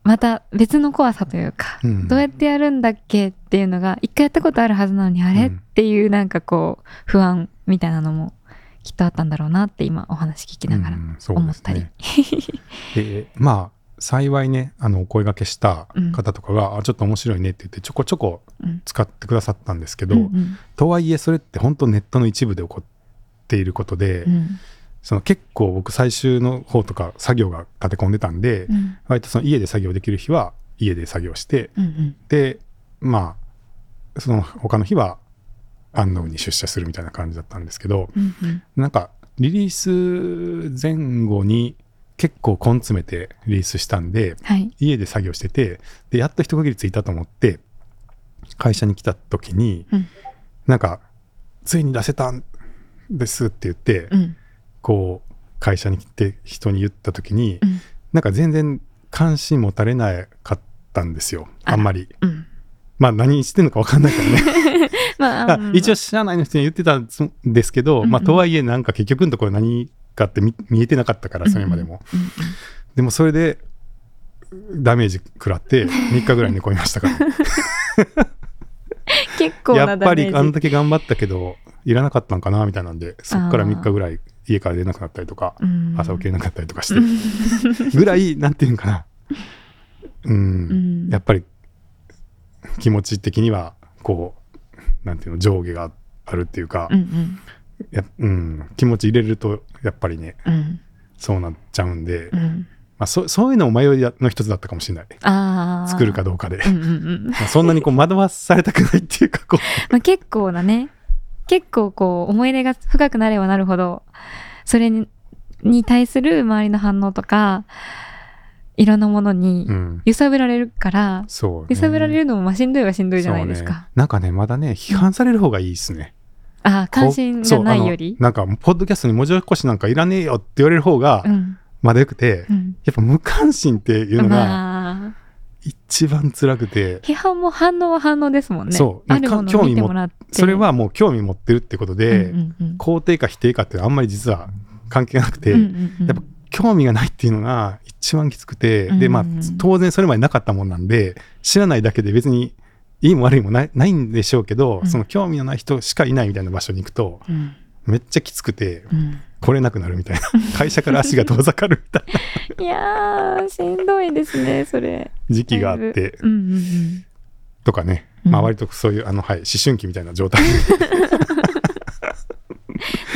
また別の怖さというか、
うん
どうやってやるんだっけっていうのが一回やったことあるはずなのにあれ、
うん
っていうなんかこう不安みたいなのもきっとあったんだろうなって今お話聞きながら
うんそう
思
で
っ
す
たり。
ね。でまあ幸いねあのお声がけした方とかが、あちょっと面白いねって言ってちょこちょこ使ってくださったんですけど、
うんうん
とはいえそれって本当ネットの一部で起こっていることで、
うん
その結構僕最終の方とか作業が立て込んでたんで、
うん
割とその家で作業できる日は家で作業して
うんうん
でまあその他の日は安納に出社するみたいな感じだったんですけど
うんうん
なんかリリース前後に結構根詰めてリリースしたんで
はい
家で作業しててでやっと一区切りついたと思って会社に来た時に、
うん
なんか「ついに出せたんです」って言って、
うん
こう会社に来て人に言った時に、
うん
なんか全然関心持たれなかったんですよ
あら
あんまり。
うん
まあ何してんのか分かんないからね
ま あ
あ 一応
応
知らないの人に言ってたんですけど、まあ
うんうん
とはいえなんか結局のところ何かって見見えてなかったからそれまでも、でもそれでダメージ食ら って3日ぐらい寝込みましたから
結構
や
な
っぱ
ダメージ
りあんだけ頑張ったけどいらなかったんかなみたいなんでそっから
あー
3日ぐらい家から出なくなったりとか
うん
朝起きれなかったりとかしてぐらいなんていうんかなう
うんん
やっぱり気持ち的にはこうなんていうの上下があるっていうか
うんうん
やうん気持ち入れるとやっぱりね
うん
そうなっちゃうんで
うん
まあそそういうのも迷いの一つだったかもしれない
ああ
作るかどうかで
うんうんうん
まあそんなにこう惑わされたくないっていうかこう
まあ、結構なね結構こう思い入れが深くなればなるほどそれにに対する周りの反応とかいろんなものに
うん
揺さぶられるから、
そうね
揺さぶられるのもまあしんどいはしんどいじゃないです
そうね
か、、
なんかねまだね批判される方がいいですね、
ああ関心がないより
そうあのなんかポッドキャストに文字起こしなんかいらねえよって言われる方が
うん
まだよくて、
うん
やっぱ無関心っていうのが
まあ
一番辛くて、
批判も反応は反応ですもんね
そう
あるものを見てもらって
それはもう興味持ってるってこと
うん
で、
うんうん
肯定か否定かってあんまり実は関係なくて、
うんうんうん
やっぱ興味がないっていうのが一番きつくて、でまあ
うんうん
当然それまでなかったもんなんで知らないだけで別にいいも悪いもないないんでしょうけど、
うん
その興味のない人しかいないみたいな場所に行くと
うん
めっちゃきつくて
うん
来れなくなるみたい な会社から足が遠ざかるみたいない
やーしんどいですねそれ
時期があって
うんうんうん
とかね、
うん
まあ割とそういうあの、はい、思春期みたいな状態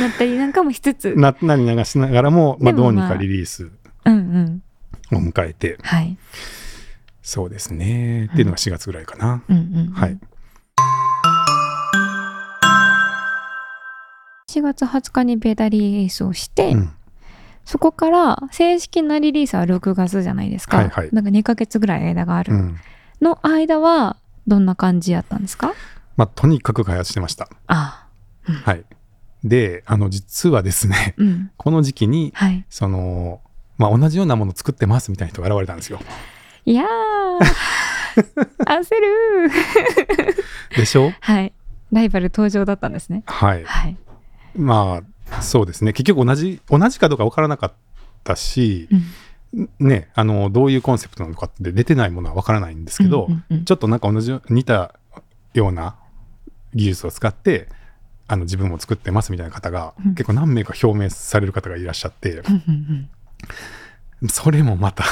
なったりなんかもしつつ
にななりながらしながらも、まあ、
で
ど
も
うに
まあ
かリリース
うんうん
を迎えて、
はい
そうですねっていうのが4月ぐらいかな。
うんうんうん
はい
4月20日にベータリリースをして、
うん
そこから正式なリリースは6月じゃないですか、
はいはい
なんか2ヶ月ぐらい間があ
う
る、
ん
の間はどんな感じやったんですか
まあ、とにかく開発してました。
あ
はい、であの実はですね
うん
この時期に
はい
その、まあ、同じようなもの作ってますみたいな人が現れたんですよ。
いや ー焦るー
でしょ
はいライバル登場だったんですね
はい
はい、
まあそうですね結局同じ同じかどうか分からなかったし
う、ん、
ね、あのどういうコンセプトなのかって出てないものは分からないんですけど、
うんうんうん
ちょっとなんか同じよ似たような技術を使ってあの自分も作ってますみたいな方が、
うん
結構何名か表明される方がいらっしゃって、
うんうん
それもま た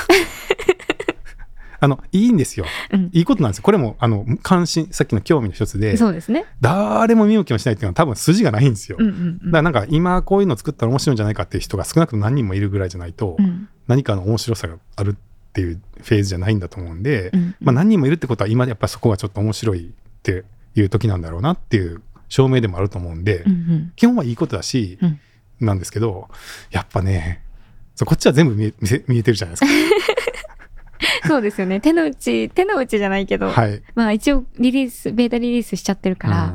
あのいいんですよ
うん
いいことなんですよこれもあの関心さっきの興味の一つ
う
で
んそうですね
誰も見向きもしないっていうのは多分筋がないんですよ、
うんうん
だか
うん
らなんか今こういうの作ったら面白いんじゃないかっていう人が少なくとも何人もいるぐらいじゃないと、
うん
何かの面白さがあるっていうフェーズじゃないんだと思うんで、
うん
まあ、何人もいるってことは今やっぱそこがちょっと面白いっていう時なんだろうなっていう証明でもあると思うんで、
うんうん
基本はいいことだし、
うん
なんですけどやっぱねそうこっちは全部見え見せ見えてるじゃないです
そうですよね手の内手の内じゃないけど、
か。はい、
まあ一応リリースベータリリースしちゃってるから、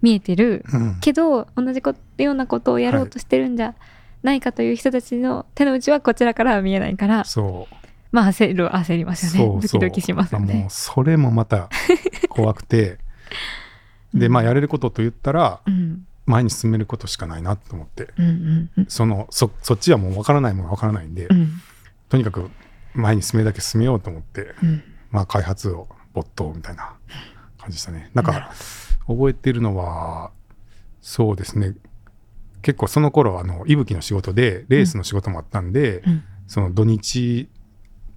見えてる
うんうん
けど同じこようなことをやろうとしてるんじゃないかという人たちの手の内はこちらからは見えないから
そう
まあ焦る焦りますよね
そうそう
ドキドキしますよ
も
ね
う。それもまた怖く てでまあやれることと言ったら
うん
前に進めることしかないなと思って
うんうんうん
そのそそっちはもう分からないもの分からないんで、
うん
とにかく前に進めるだけ進めようと思って、
うん
まあ開発を没頭みたいな感じでしたねなん
なる
か覚えてるのはそうですね結構その頃あのいぶきの仕事でレースの仕事もあったんで、
うん
その土日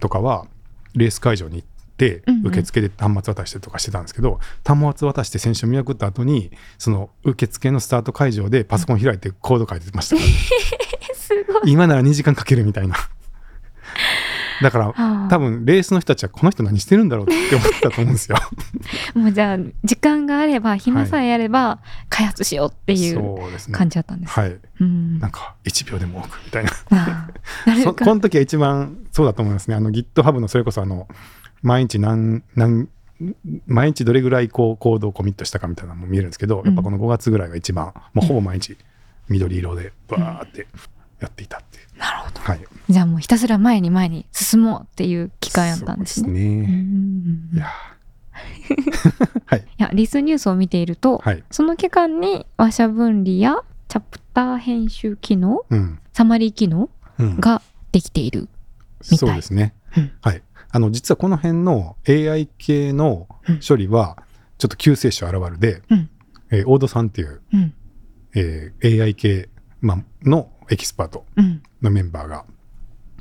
とかはレース会場に行って
うんうん
受付で端末渡してとかしてたんですけど、端末渡して選手を見送った後にその受付のスタート会場でパソコン開いてコード書いてましたから、
え すごい。
今なら2時間かけるみたいなだから
はあ
多分レースの人たちはこの人何してるんだろうって思ったと思うんですよ
もうじゃあ時間があれば暇さえあれば開発しようっていう
そうですね
感じだったんです。
はい
うん
なんか1秒でも多くみたいな
ああな
そ
る
この
か
時は一番そうだと思いますねあの GitHub のそれこそあの毎日何何毎日どれぐらいこうコードをコミットしたかみたいなのも見えるんですけど、
うん
やっぱこの5月ぐらいが一番もうほぼ毎日緑色でバーってやっていたっていう、
なるほど。
はい
じゃあもうひたすら前に前に進もうっていう機会だったんですね。
そうです
うんう
ね
んうん
い
い
やーはい
やリスニュースを見ていると、
はい
その期間に話者分離やチャプター編集機能
うん、
サマリー機能
うん、
ができている。みたい
そうですね、
うん
はいあの実はこの辺の AI 系の処理はちょっと救世主現るで、
うん
えーオードさんっていう、
うん
えー AI 系、まあのエキスパート
うん、
のメンバーが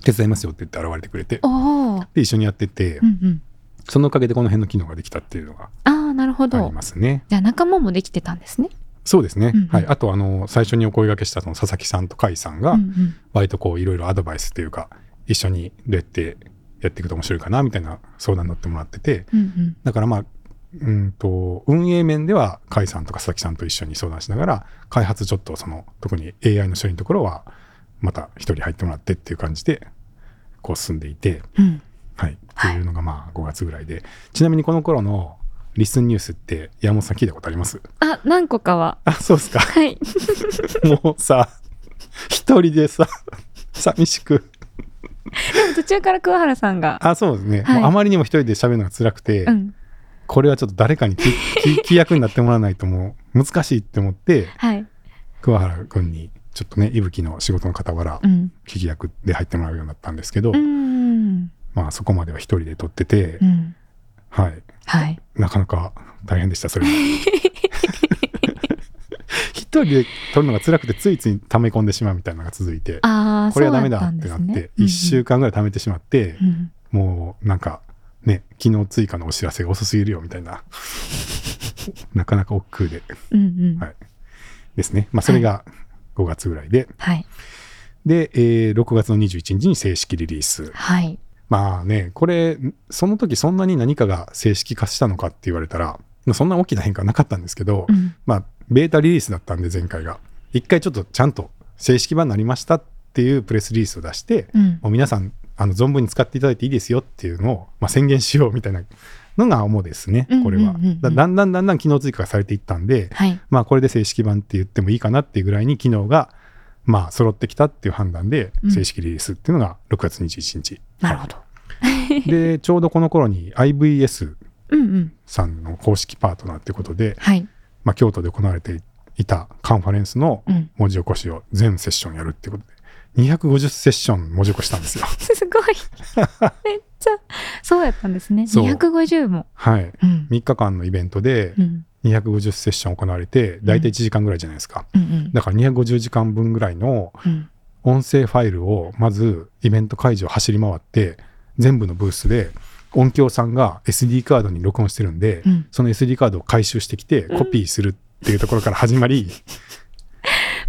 手伝いますよって言って現れてくれて
おー
で一緒にやってて、
うんうん、
そのおかげでこの辺の機能ができたっていうのが
ああなるほ
あ
ど
り。ますね
じゃあ仲間もできてたんですね。
そうですね、
うんうん
はい、あとあの最初にお声掛けしたその佐々木さんと甲斐さんが
うんうん
割とこういろいろアドバイスというか一緒にどうやってやっていくと面白いかなみたいな相談に乗ってもらってて、
うんうん
だからまあ、うんと、運営面では、甲斐さんとか佐々木さんと一緒に相談しながら、開発ちょっとその、特に AI の処理のところは、また一人入ってもらってっていう感じで、こう進んでいて、
うん
はい。っていうのがまあ5月ぐらいで、ちなみにこの頃のリスンニュースって山本さん聞いたことあります
あ何個かは。
あ、そうですか。
はい。
もうさ、一人でさ、寂しく。
でも途中から桑原さんが。
あ、そうですね。
はい
もうあまりにも一人で喋るのが辛くて、
うん。
これはちょっと誰かに聞 聞聞役になってもらわないともう難しいって思って、
はい。
桑原君にちょっとね伊吹の仕事の傍ら
うん。
聞き役で入ってもらうようになったんですけど、
うん。
まあそこまでは一人で撮ってて、
うん。
はい
はい。
なかなか大変でしたそれ も一人で撮るのが辛くてついつい溜め込んでしまうみたいなのが続いて
ああ、
これはダメだって
そ
なっ
うだたんです
て
ね
1週。間ぐらい溜めてしまって、
うんうん
もうなんかね機能追加のお知らせが遅すぎるよみたいな なかなか億劫で
うんうん。
はいですねまあそれが5月ぐらいで、
はい。
で、えー6月の21日に正式リリース。
はい。
まあね、これ、その時そんなに何かが正式化したのかって言われたら、まあそんな大きな変化はなかったんですけど、
うん
まあ、ベータリリースだったんで、前回が。一回ちょっとちゃんと正式版になりましたってっていうプレスリリースを出して、
うん
もう皆さんあの存分に使っていただいていいですよっていうのを、まあ、宣言しようみたいなのが主ですねこれは、
うんうんうんうん
だだんだんだんだん機能追加がされていったんで、
はい
まあ、これで正式版って言ってもいいかなっていうぐらいに機能がまあ揃ってきたっていう判断で
うん
正式リリースっていうのが6月21日、
なるほど
でちょうどこの頃に IVS
うんうん
さんの公式パートナーっていうことで、
はい
まあ、京都で行われていたカンファレンスの
うん
文字起こしを全セッションやるっていうことで250セッション文字起こしたんです よ
す ごいめっちゃそうやったんですね
そう
250も
はい
うん
3日間のイベントで
うん
250セッション行われて大体1時間ぐらいじゃないですか、
うんうん
だから250時間分ぐらいの
うん
音声ファイルをまずイベント会場走り回って全部のブースで音響さんが SD カードに録音してるんで、
うん
その SD カードを回収してきてコピーするっていうところから始まり、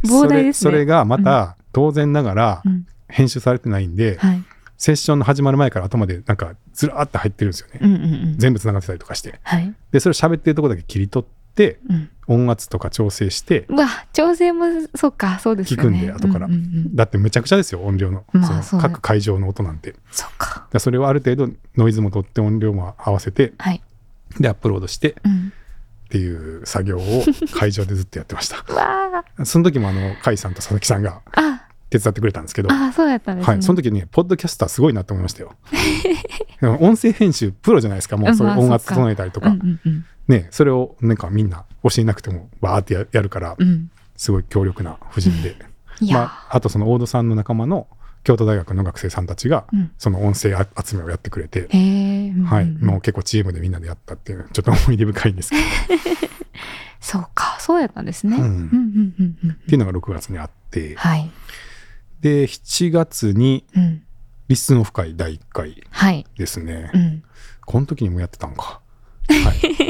膨大です
それそ
ね
れがまた当然ながら
うん
編集されてないんで、
はい
セッションの始まる前から頭でなんかずらーって入ってるんですよね、
うんうんうん
全部つながってたりとかして
はい
でそれを喋ってるとこだけ切り取って
うん
音圧とか調整して
うわ調整もそっかそうですよ
聞
ね
くんで後から
うんうんうん
だってむちゃくちゃですよ音量の,、
まあ
そ
そう
の
だ
各会場の音なんてだか
そっから
それをある程度ノイズも取って音量も合わせて
はい
でアップロードして
うん
っていう作業を会場でずっとやってまし
うわ
たその時もあの甲斐さんと佐々木さんが
ーあ
手伝ってくれたんですけど
あそうやったんですね
はい、その時ね、ポッドキャスターすごいなと思いま したよ。でも音声編集プロじゃないですか、もう
う
んそうい
まあ
う音圧
そっか
整えたりと
う
か、
んうんうん
ね、それをなんかみんな教えなくてもバーってややるから
う、ん
すごい強力な布陣で、
いや、
まあ、あとその大戸さんの仲間の京都大学の学生さんたちが、
うん
その音声あ集めをやってくれて、
へえ、うん
はい、
うん
もう結構チームでみんなでやったっていう、ちょっと思い出深いんですけ ど、
そうかそうやったんですね、
うん
うんうんうんうん
っていうのが6月にあって、
はい、
で、7月に
うん、
リスンオフ会第1回
はい、
ですね
う。ん、
この時にもやってたのか。は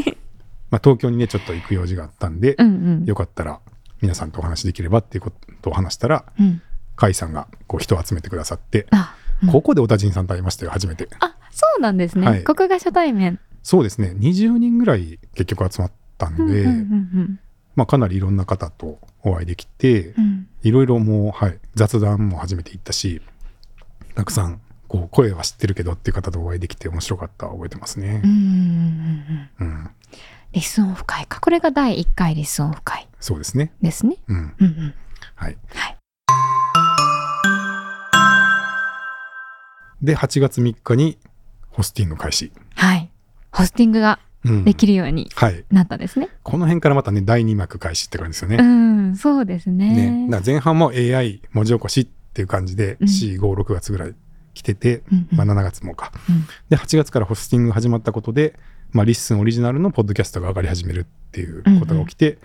い。 まあ、東京にね、ちょっと行く用事があったんで、
うんうん
よかったら皆さんとお話しできればっていうことを話したら、
うん
甲斐さんがこう人を集めてくださって、
あ、うん
ここでおたじんさんと会いましたよ、初めて。
あそうなんですね、
はい
ここが初対面
そうですね、20人ぐらい結局集まったんで、
うんうん
まあ、かなりいろんな方とお会いできて
う、ん
いろいろもう、はい、雑談も初めて行ったし、たくさん、こう、声は知ってるけどっていう方とお会いできて面白かった、覚えてます
うんうんう
ね。
んうんうん
うん、
リスンオフ会かこれが第1回リスンオフ会
そうですね。
ですね
うん、
うんうん
はい。
はい
で、8月3日にホスティング開始。
はいホスティングが
うん
できるように
はい。
なったんですね、
この辺からまたね、第2幕開始って感じですよ
う
ね。
ん、そうですね
ね。だから前半も AI 文字起こしっていう感じで、
うん
4、5、6月ぐらい来てて、
うんうん
まあ、7月もか、
うん
で、8月からホスティングが始まったことで、まあ、リッスンオリジナルのポッドキャストが上がり始めるっていうことが起きて、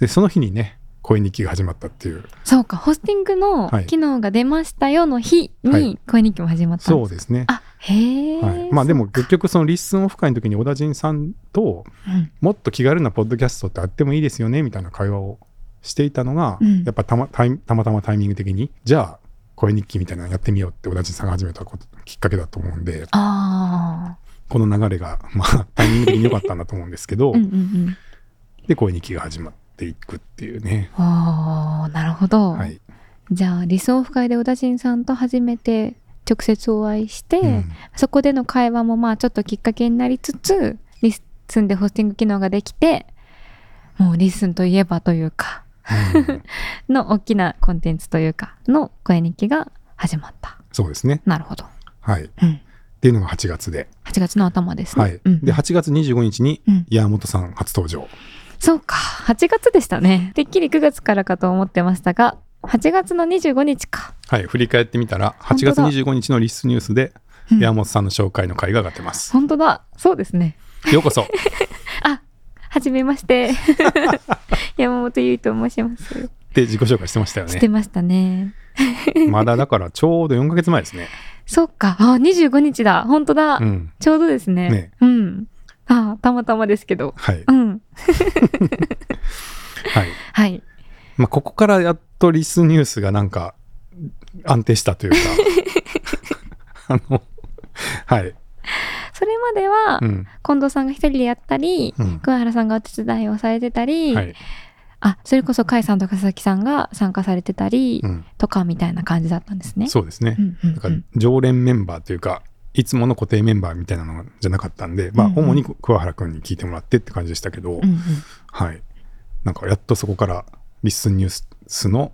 で、その日にね、声日記が始まったっていう。
そうかホスティングの
はい
機能が出ましたよの日
は
に
い
声日記も始まったん
そ
で
う
す、
ですね。
あへえ、
はい、まあでも結局そのリッスンオフ会の時に小田陣さんと
うん
もっと気軽なポッドキャストってあってもいいですよねみたいな会話をしていたのが、
うん
やっぱたまタイたまたまタイミング的にじゃあ声日記みたいなのやってみようって小田陣さんが始めたこときっかけだと思うんで
あ
この流れが まあタイミング的に良かったんだと思うんですけど、
あうんうんうん
で声日記が始まっていくっていうね。
おーなるほど、
はい
じゃあ理想オフ会で小田陣さんと初めて直接お会いして、
うん
そこでの会話もまあちょっときっかけになりつつリスンでホスティング機能ができてもうリスンといえばというか
うん
の大きなコンテンツというかの声日記が始まった
そうですね、
なるほど、
はい、っ
うん、
ていうのが8月で,、
8月の頭ですね、
はい
うん
で8月25日に
うん
山本さん初登場。
そうか8月でしたねてっきり9月からかと思ってましたが8月の25日か、
はい、振り返ってみたら
本
8
当
月
だ
25日のリスニュースで
うん
山本さんの紹介の回が上がってます、
本当だそうですね
ようこそっ
はじめまして 山本優衣と申します
て自己紹介してましたよ
して
ね
ましたね
まだだからちょうど4ヶ月前ですね
そっかあ25日だ本当だ、
うん
ちょうどですね
ね
うんあたまたまですけど
はい
うん
はい、
はい
まあ、ここからやっとリスニュースがなんか安定したと いうかあのはい、
それまでは
うん
近藤さんが一人でやったり、
うん
桑原さんがお手伝いをされてたり、
はい、
あそれこそ甲斐さんとか佐々木さんが参加されてたり
うん、
とかみたいな感じだったんですね。
そうですね
う。んうんうん
だから常連メンバーというか、いつもの固定メンバーみたいなのじゃなかったんで、まあ、
うんうん
主に桑原君に聞いてもらってって感じでしたけど、
うんうん
はい。なんか、やっとそこから、リッスンニュースの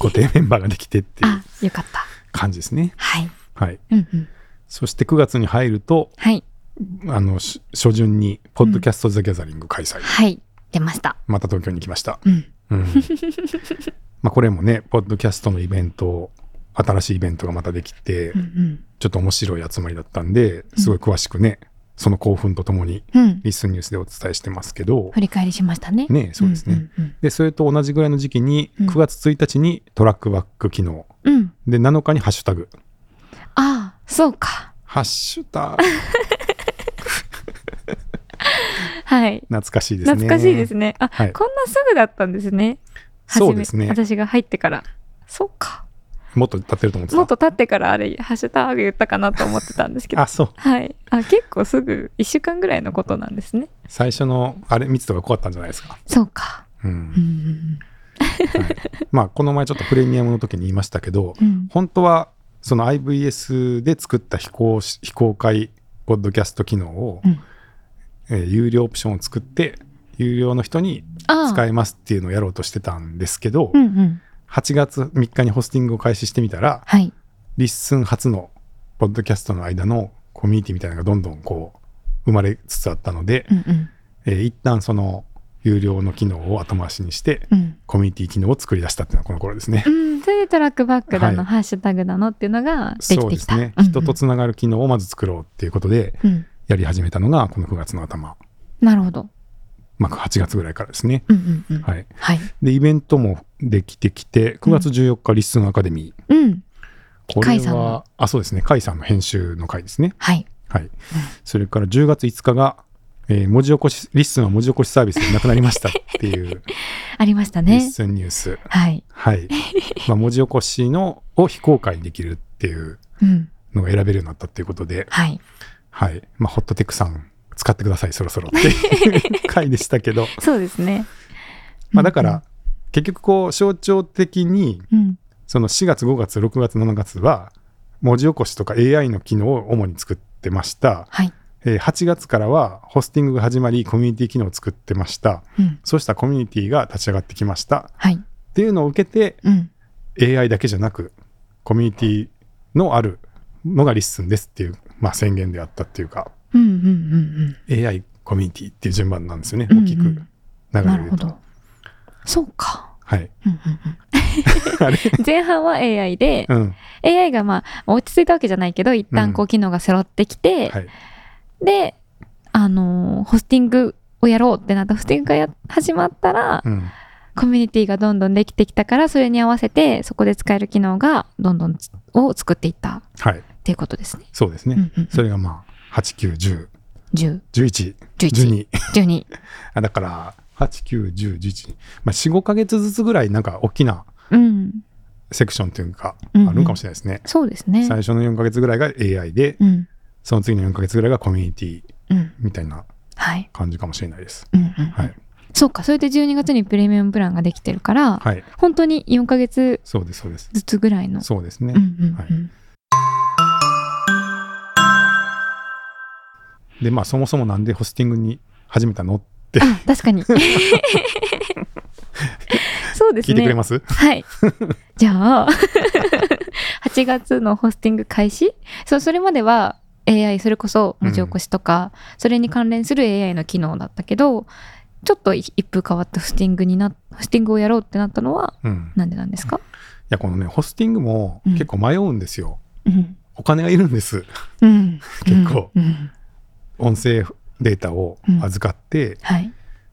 固定メンバーができてっていう
あよかった。
感じですね。
はい。
はい。
うんうん、
そして9月に入ると、
はい。
あの、し初旬に、ポッドキャスト・ザ・ギャザリング開催。
はい。出ました。
また東京に来ました。
うん
うん まあ、これもね、ポッドキャストのイベント、新しいイベントがまたできて、
うん
ちょっと面白い集まりだったんで、すごい詳しくね、その興奮とともに、
うん。うん。
リスンニュースでお伝えしてますけど、
振り返りしましたね。
ね、そうですね。
うん
で、それと同じぐらいの時期に、
うん
9月1日にトラックバック機能、
うんうん。うん。
で、7日にハッシュタグ。
ああ、そうか。
ハッシュ タグ、
はい。
懐かしいですね。
懐かしいですね。あ、
はい
こんなすぐだったんですね。初め
そうですね
私が入ってから。そうか。
もっと立ってると思ってた。
もっと経ってからあれ、ハッシュタグ言ったかなと思ってたんですけど
あ、。そう。
はい。あ、結構すぐ1週間ぐらいのことなんですね。
最初の、あれ、密度が濃かったんじゃないですか。
そうか。
う。
うんん。
まあ、この前ちょっとプレミアムの時に言いましたけど、
うん。
本当は、その IVS で作った非公式非公開ポッドキャスト機能を、
うん
えー有料オプションを作って、有料の人に
あ
使
あ。
えますっていうのをやろうとしてたんですけど、
うんうん。
8月3日にホスティングを開始してみたら、
はい。
リッスン初のポッドキャストの間のコミュニティみたいなのがどんどんこう生まれつつあったので、
うんうん。
えー一旦その有料の機能を後回しにして、
うん。
コミュニティ機能を作り出したっていうのはこの頃ですね
う。ん、それでトラックバックだの、
はい
ハッシュタグだのっていうのがで
そ
き
う
て
で
き
す
た。
ね。
うんうん
人とつながる機能をまず作ろうっていうことで
うん、
やり始めたのがこの9月の頭、
なるほど。
まあ8月ぐらいからですね。
うんうんうん。
はい。
はい。
で、イベントもできてきて、9月14日リッスンアカデミー。
うん。
こ
甲
れ
斐さん
は
の、
あ、そうですね。甲斐さんの編集の回ですね。
はい。
はい。それから10月5日が、えー文字起こし、リッスンは文字起こしサービスでなくなりましたっていう
ありました
リッ
ね。
スンニュース。
はい。
はい。まあ、文字起こしのを非公開にできるっていう
うん。
のが選べるようになったっていうことで、
はい。
はい。まあ、ホットテックさん使ってください、そろそろっていう回でしたけど、
そうですね。
まあ、だから、結局こう、象徴的に、
うん。
その4月、5月、6月、7月は、文字起こしとか AI の機能を主に作ってました。
はい。
えー8月からはホスティングが始まりコミュニティ機能を作ってました
うん。
そうしたコミュニティが立ち上がってきました
はい。
っていうのを受けて
うん。
AI だけじゃなくコミュニティのあるのがリッスンですっていう、まあ、宣言であったっていうか
うんうんうん
AI コミュニティっていう順番なんですよね
うん。
大きく
う
流
んう
れ
ん。な
で
る
言
ほ
うと、
ど。そうか。
はい
うんうんうん
あれ
前半は AI で、
うん
AI がまあ落ち着いたわけじゃないけど一旦
う
こう機能が揃ってきて、
はい
で、あのーホスティングをやろうってなったホスティングがや始まったら、
うん
コミュニティがどんどんできてきたからそれに合わせてそこで使える機能がどんどんつを作っていった
はい
っていうことですね。
そうですね、
うんうん
それがまあ891011
10、11、
12
12。
あ だから891011まあ45ヶ月ずつぐらいなんか大きな
うん。
セクションというか、
うんうん
あるんかもしれないですね。
そうですね。
最初の4ヶ月ぐらいが AI で、
うん。
その次の4ヶ月ぐらいがコミュニティ
うん。
みたいな
はい。
感じかもしれないです。
うんうん
はい。
そうか。それで12月にプレミアムプランができてるから、
はい。
本当に4ヶ月
そうです、そうです。
ずつぐらいの。
そうです
うん
ね。
うんうん。
で、まあ、そもそもなんでホスティングに始めたのって
あ、確 かに。そうです
聞
ね。
いてくれます
はい。じゃあ、8月のホスティング開始そう、それまでは AI、それこそ文字起こしとか、それに関連する AI の機能だったけど、ちょっと一風変わってホスティングにな、ホスティングをやろうってなったのは、
うん。い
なんでなんですか
や、このね、ホスティングも
うん
結構迷うんですよ。
うん。
お金がいるんです。
うん。
結構
うん。
音声データを預かって、
はい。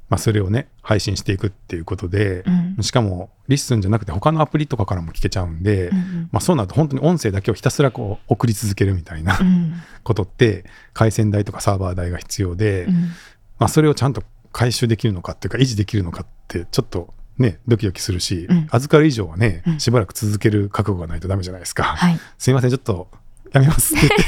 まあ、それをね、配信していくっていうことで
う、ん。
しかも、リッスンじゃなくて他のアプリとかからも聞けちゃうんで、
うん
まあ、そうなると本当に音声だけをひたすらこう送り続けるみたいな
うん。
ことって回線代とかサーバー代が必要で、
うん
まあ、それをちゃんと回収できるのかっていうか維持できるのかってちょっとねドキドキするし、
うん
預かる以上はね
う ん
しばらく続ける覚悟がないとダメじゃないですか、
はい。
すいませんちょっとやめますって言って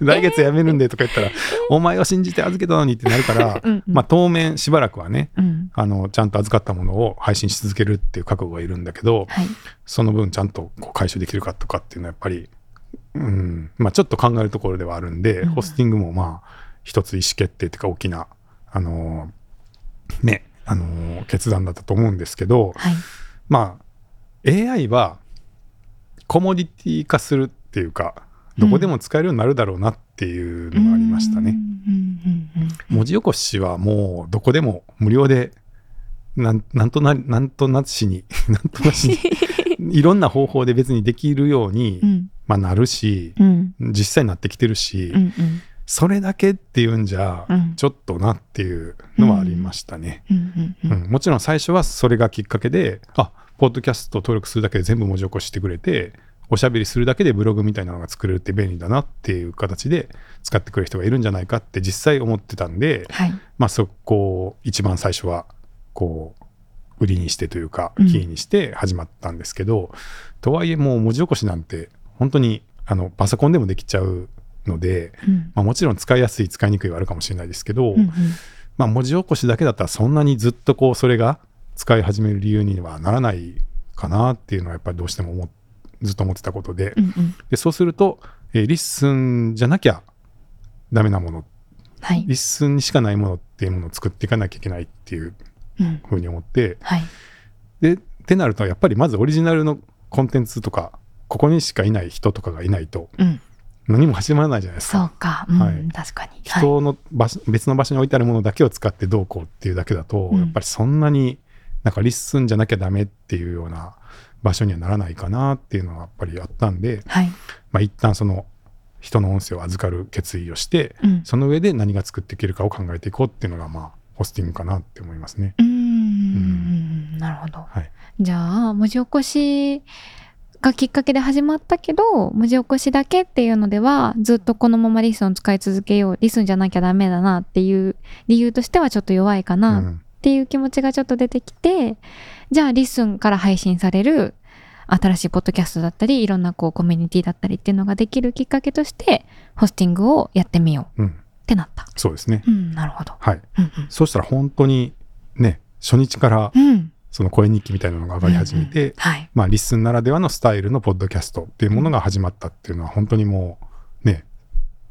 来月辞めるんでとか言ったら、お前を信じて預けたのにってなるから、
うんうん
まあ当面しばらくはね、
うん
あの、ちゃんと預かったものを配信し続けるっていう覚悟がいるんだけど、
はい
その分ちゃんとこう回収できるかとかっていうのはやっぱり、うん、まあちょっと考えるところではあるんで、
うん
ホスティングもまあ一つ意思決定っていうか大きな、あのーね、あのー決断だったと思うんですけど、
はい
まあ AI はコモディティ化するっていうか、どこでも使えるようになるだろうなっていうのがありましたね。
うんうんうんうん
文字起こしはもうどこでも無料でなんなんとななんとなしに なんとなしにいろんな方法で別にできるように、
うん
まあ、なるし
うん
実際になってきてるし、
うんうん
それだけっていうんじゃ
うん
ちょっとなっていうのはありましたね、
うんうんう
うんんもちろん最初はそれがきっかけであポッドキャスト登録するだけで全部文字起こしてくれておしゃべりするだけでブログみたいなのが作れるって便利だなっていう形で使ってくれる人がいるんじゃないかって実際思ってたんで、
はい
まあ、そこを一番最初はこう売りにしてというか
うん
キーにして始まったんですけど、とはいえもう文字起こしなんて本当にあのパソコンでもできちゃうので、
うん
まあ、もちろん使いやすい使いにくいはあるかもしれないですけど、
うんうん
まあ、文字起こしだけだったらそんなにずっとこうそれが使い始める理由にはならないかなっていうのはやっぱりどうしても思っずっと思ってたことで
うんうん
でそうすると、えーリッスンじゃなきゃダメなもの
はい
リッスンにしかないものっていうものを作っていかなきゃいけないっていう
うん
ふうに思って
はい
でってなるとやっぱりまずオリジナルのコンテンツとかここにしかいない人とかがいないと
うん
何も始まらないじゃないです
そ
か。
うかうん
はい
確かにはい
人の場所別の場所に置いてあるものだけを使ってどうこうっていうだけだと、
うん
やっぱりそんなになんかリッスンじゃなきゃダメっていうような場所にはならないかなっていうのはやっぱりあったんで、
はい
まあ、一旦その人の音声を預かる決意をして
うん
その上で何が作っていけるかを考えていこうっていうのがまあホスティングかなって思いますね。
うーんなるほど、
はい
じゃあ文字起こしがきっかけで始まったけど文字起こしだけっていうのではずっとこのままリスンを使い続けようリスンじゃなきゃダメだなっていう理由としてはちょっと弱いか
う
なっ
ん
ていう気持ちがちょっと出てきて、じゃあリスンから配信される新しいポッドキャストだったりいろんなこうコミュニティだったりっていうのができるきっかけとしてホスティングをやってみよう
うん、
ってなった。
そうですね、
うん、なるほど。
はい、
うん
そうしたら本当にね初日から
うん、うん、
その声日記みたいなのが上がり始めて、
はい。
まあ、リスンならではのスタイルのポッドキャストっていうものが始まったっていうのは本当にもうね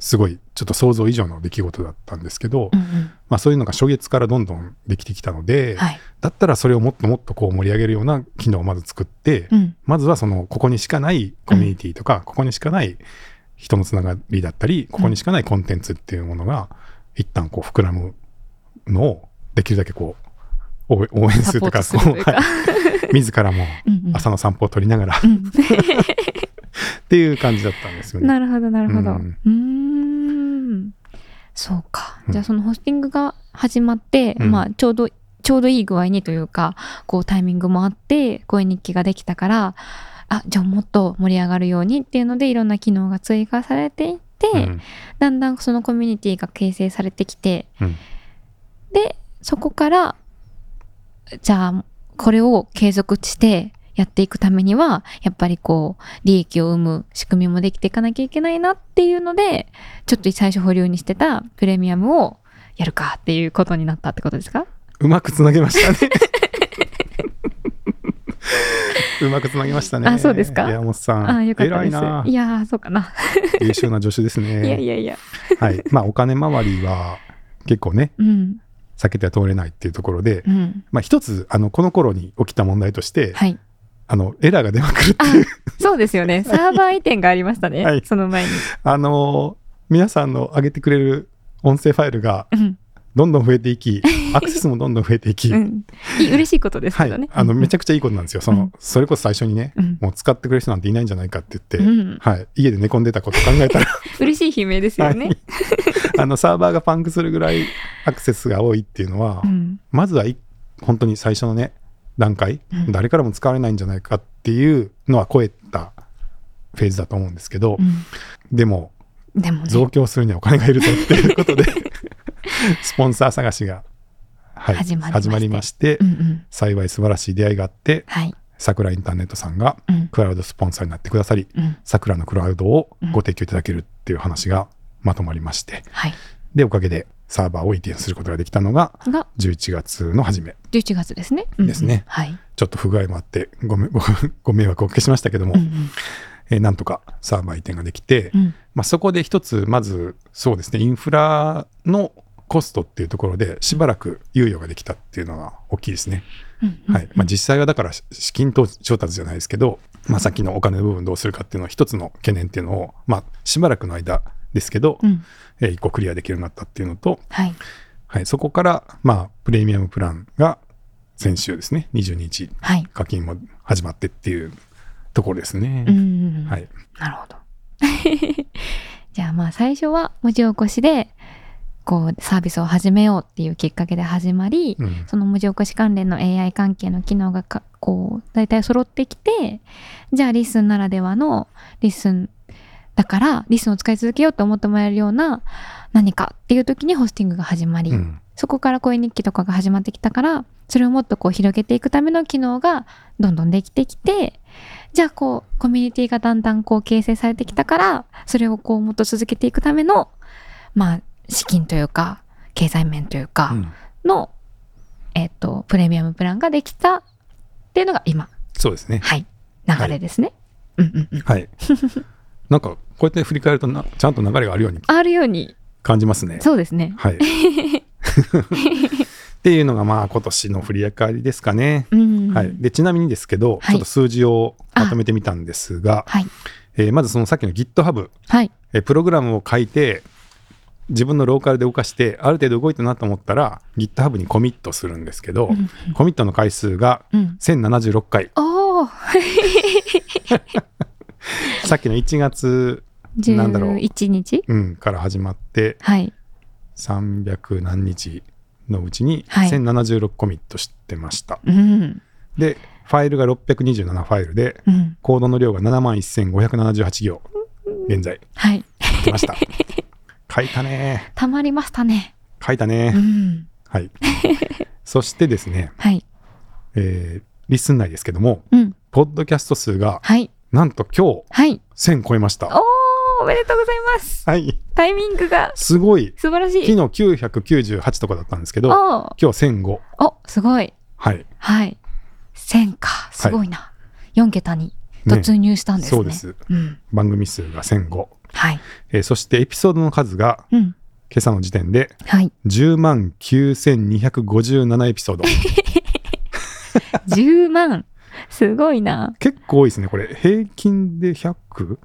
すごいちょっと想像以上の出来事だったんですけど、
うんう
まあ、そういうのが初月からどんどんできてきたので、
ん、はい。
だったらそれをもっともっとこう盛り上げるような機能をまず作って、
うん、
まずはそのここにしかないコミュニティとか、ここにしかない人のつながりだったりここにしかないコンテンツっていうものが一旦こう膨らむのをできるだけこう応援応援するとか
サポートするというか
こはい自らも
うんうん
朝の散歩を取りながら、
うん
っていう感じだったんです よね。
なるほどなるほど。
う
うんーん。そうか。
うん
じゃあそのホスティングが始まって、
うん
まあちょうどちょうどいい具合にというか、こうタイミングもあって声日記ができたから、あじゃあもっと盛り上がるようにっていうのでいろんな機能が追加されていって、
うん
だんだんそのコミュニティが形成されてきて、
うん
でそこからじゃあこれを継続してやっていくためにはやっぱりこう利益を生む仕組みもできていかなきゃいけないなっていうのでちょっと最初保留にしてたプレミアムをやるかっていうことになったってことですか
うまくつなげました ね。うまくつなげましたね。
あそうですか
山本さ
ああ
ん、
よかった
偉
で
い
す。
ない
やーそうかな、
優秀な助手ですね。
いやいやいや
はい。まあ、お金回りは結構ね、
うん
避けては通れないっていうところで、
うん
まあ、一つ、あの、この頃に起きた問題として、
はい
あの、エラーが出まくるって
あ
いう、
そうですよ ねサーバー移転がありましたね、
はい
その前に
あのー皆さんの上げてくれる音声ファイルが
うん
どんどん増えてい き、アクセスもどんどん増えていき、
うん、いい嬉しいことです
は
けどね
い。。あの、めち
ゃ
ゃくちゃいいことなんですよ。その、それこそ最初にね、
うん
もう使ってくれる人なんていないんじゃないかって言って、
うん、
はい、家で寝込んでたこと考えたら、
嬉しい悲鳴ですよね。
はいあのサーバーがパンクするぐらいアクセスが多いっていうのは、
うん、
まずはい本当に最初のね段階、
うん
誰からも使われないんじゃないかっていうのは超えたフェーズだと思うんですけど、
う
でも
ん、でもね、
増強するにはお金がいるぞっていうこと でスポンサー探しが、はい
始まりまして
始まりまして、
うんうん、
幸い素晴らしい出会いがあって
はい、
桜インターネットさんが
うん
クラウドスポンサーになってくださり
うん、
桜のクラウドをご提供いただけるっていう話がまとまりまして、
はい。
で、おかげでサーバーを移転することができたのが、
が
11月の初め。
11月ですね。うんうん
ですね
はい。
ちょっと不具合もあって、ごめん ごご迷惑をおかけしましたけども、
うんうん
えーなんとかサーバー移転ができて、
うん
まあ、そこで一つ、まず、そうですね、インフラのコストっていうところで、しばらく猶予ができたっていうのは大きいですね。
うんうん
はいまあ、実際はだからし資金投資調達じゃないですけど、まあ、さっきのお金の部分どうするかっていうのは一つの懸念っていうのを、まあ、しばらくの間ですけど、
うん
えー一個クリアできるようになったっていうのと、
はい。
はい、そこから、まあ、プレミアムプランが先週ですね22日
はい。
課金も始まってっていうところですね。
うんうんうん。
はい、
なるほど。 じゃあまあ最初は文字起こしでこうサービスを始めようっていうきっかけで始まり、
うん
その文字起こし関連の AI 関係の機能がかこう大体揃ってきてじゃあリスンならではのリスンだからリスンを使い続けようと思ってもらえるような何かっていう時にホスティングが始まり、
うん
そこから声日記とかが始まってきたからそれをもっとこう広げていくための機能がどんどんできてきてじゃあこうコミュニティがだんだんこう形成されてきたからそれをこうもっと続けていくためのまあ資金というか経済面というか
うん
の、えっとプレミアムプランができたっていうのが今
そうですね、
はい流れですね。うんうんうん、
はい、 なんかこうやって振り返るとなちゃんと流れがあるように
あるように
感じますね。
そうですね。
はい、っていうのがまあ今年の振り返りですかね。
うん、
はい、でちなみにですけど、
はい
ちょっと数字をまとめてみたんですが、
はい
えーまずそのさっきの GitHub、
はい
えープログラムを書いて自分のローカルで動かしてある程度動いたなと思ったら GitHub にコミットするんですけど、
うん
コミットの回数が
うん、
1076回
おお
さっきの1月、なんだろう
11日
うん、から始まって
はい
300何日のうちに
はい
1076コミットしてました、
うん
でファイルが627ファイルで
うん
コードの量が7万1578行現在
はい
書きま した。書いたね。
たまりましたね。
書いた
う
ね。
ん。
はい。そしてですね、
はい。
えーリスン内ですけども、
うん。
ポッドキャスト数が
はい。
なんと今
はい。
日1000超えました。
おー、おめでとうございます。
はい。
タイミングが
すごい。
素晴らし
昨日
い。
998とかだったんですけど、
おー
今日1005。
お、すごい。
はい。
はい。1000か。すごいな。四4桁に
ね
突入したんですね。
そうです。
うん。
番組数が1005。
はい。
えーそしてエピソードの数が
うん。
今朝の時点で
はい。
10万9257エピソード。
10万。すごいな。
結構多いですね。これ平均で 100?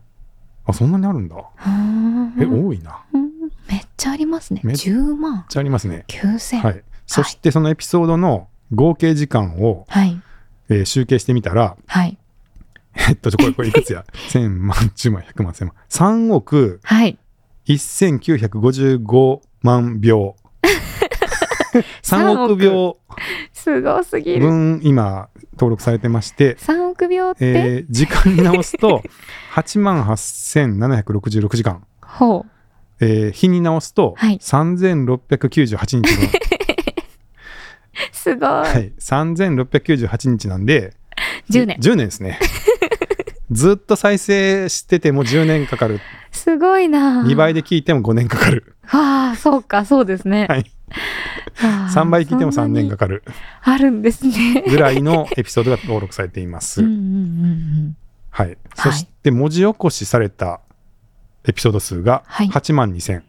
あ、そんなにあるんだ。
うーん
え、多いな。
うんめっちゃありますね。
めっ
10万
めっちゃありますね。
9000。
はい。そしてそのエピソードの合計時間を、
はい。
えー集計してみたら、
はい。
えっと、これ、これいくつや ?1000 万、10万、100万、1000万。3億
はい。
1955万 秒。3億秒
すごすぎる。
分今登録されてまして、
3億秒って、
えー時間に直すと8万8766時間。
ほう。
えー日に直すと
はい
3698日分。
すごい。
はい、3698日なんで
10年
10年ですねずっと再生してても10年かかる
すごいな。
2倍で聞いても5年かかる
わあ、そうか、そうですね。
はい
わあ
3倍聞いても3年か
そんなに
かる
あるんで すね。
ぐらいのエピソードが登録されていま
う
す、
んうんうんうん。
はい、そして文字起こしされたエピソード数が
はい
8万2000、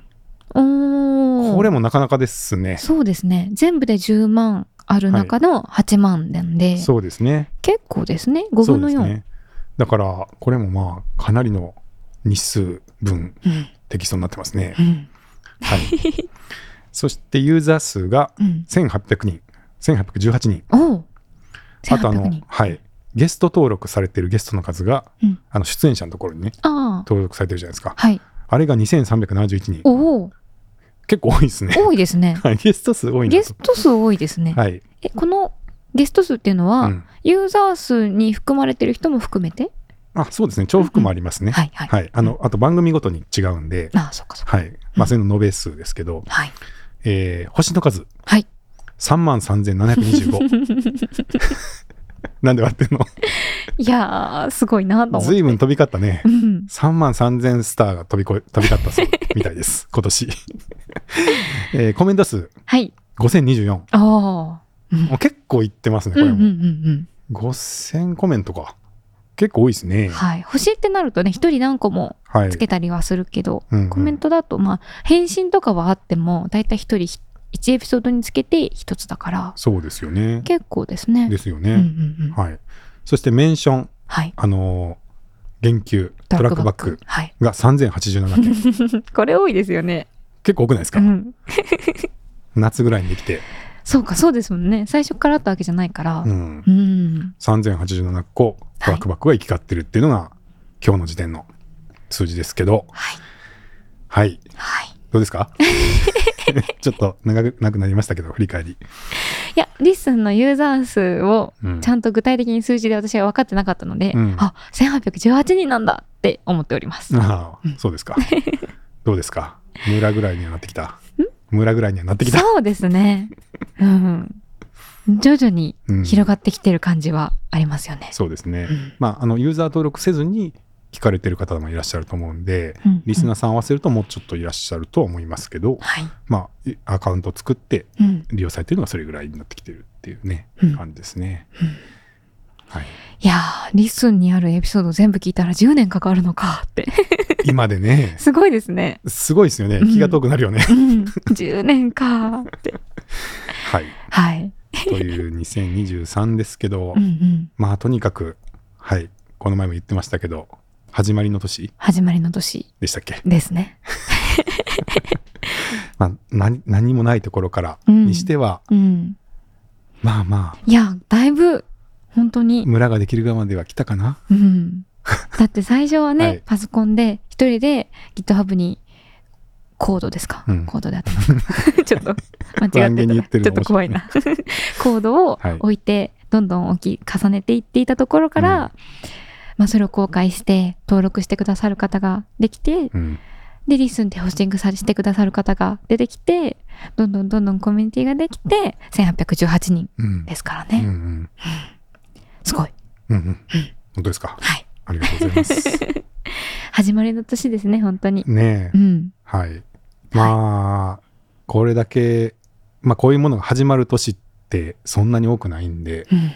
おー
これもなかなかですね
そうですね。全部で10万ある中の8万なんで、
そうですね
結構ですね。5
そう
分の
です
4。
ねだからこれもまあかなりの日数分
うん
テキストになってますね
う、ん
はい、そしてユーザー数が
うん。
1800人、1818人。
おう
あとあ
1800
の
人。、
はい。ゲスト登録されてるゲストの数が、
うん
あの出演者のところにね、
ああ。
登録されてるじゃないですか。
はい。
あれが2371人。
おお
結構多いですね。。
多いですね
はいゲスト 数多いな
ゲ
と
ス。ト数多いですね。
はい。
え、このゲスト数っていうの
う
は、
ん、
ユーザー数に含まれてる人も含めて
あ、そうですね。重複もありますね。
はいはい。
はい。あの、あと番組ごとに違うんで、
ああ、そっかそっか。
はい。まあ、それの延べ数ですけど、
はい。
えー星の数。
はい。
3万3725。なんで割ってんの
いやーすごいなと思っ
ず
て
いぶん飛び交ったね。
うん
3万3000スターが飛びこ飛び交ったそうみたい です、今年。えーコメント数
はい
5024。も
ああ
う結構いってますね、こ
うん
れ
うん
も。
うんうん
5000コメントか。結構多いですね。
はい星ってなるとね一人何個も
はい
つ。けたりはするけど、
うんうん
コメントだとまあ返信とかはあってもだいたい一人ひ一エピソードにつけて一つだから
そうですよね。
結構ですね
ですよ
うんうん
ね。
うん
はい。そして、メンション、
はい
あのー言及、トラックバック
はい
が3087件。
これ多いですよね
結構多くないです
う
か、
ん
夏ぐらいにできて。
そうかそうですもんね最初からあったわけじゃないから
うん。
うん
3087個トラックバックが行き交ってるっていうのが、今日の時点の数字ですけど、
はい
はい。
はい
どうです かちょっと長くなくなりましたけど、振り返り。
いやリッスンのユーザー数を
うん
ちゃんと具体的に数字で私は分かってなかったので、
うん
あ1818人なんだって思っております。
ああ、そうですか。どうですか村ぐらいにはなってきた。村ぐらいにはなってきた。
そうですね。うん。徐々に
うん
広がってきてる感じはありますよね。
そうですね
う。ん
まあ、あの、ユーザー登録せずに聞かれてる方もいらっしゃると思うんで、
うん
リスナーさん合わせるともうちょっといらっしゃるとは思いますけど、
はい。
まあ、いアカウント作って
うん。
利用されてるのはそれぐらいになってきてるっていうね、
うん
感じですね。はい、
いやー、リスンにあるエピソード全部聞いたら10年かかるのかって。
今でね、
すごいですね。
すごいですよね。
うん
気が遠くなるよ ね。
うん。10年かーって。
はい。
はい。
という2023ですけど
うん、うん。
まあ、とにかく、はい、この前も言ってましたけど、始まりの年
始まりの年
でしたっけ、
ですね。
まあ、何何もないところから
うん
にしては、
うん。
まあま
いや、だいぶ、本当
あ
に。
村ができる側までは来たかな
うん。だって最初はね、
はい
パソコンで一人で GitHub にコードですか、
うん
コードであってますか ちょっと間違
乱言
って
に
た
言
ら
ってる
ち
の
ょっと怖いなコードを置いて、どんどん置き重ねていっていたところか
う
ら、
ん
まあ、それを公開して登録してくださる方ができて
うん。
でリスンでホスティングさしてくださる方が出てきてどんどんどんどんコミュニティができて1818人
うん。
ですから
うんう
ね、
ん。
すごい
うんうん。本当ですか。
はい
ありがとうございます。
始まりの年ですね本当に、
ね
う
え。
ん
はい。まあ、これだけ、まあこういうものが始まる年ってそんなに多くないんで、
うん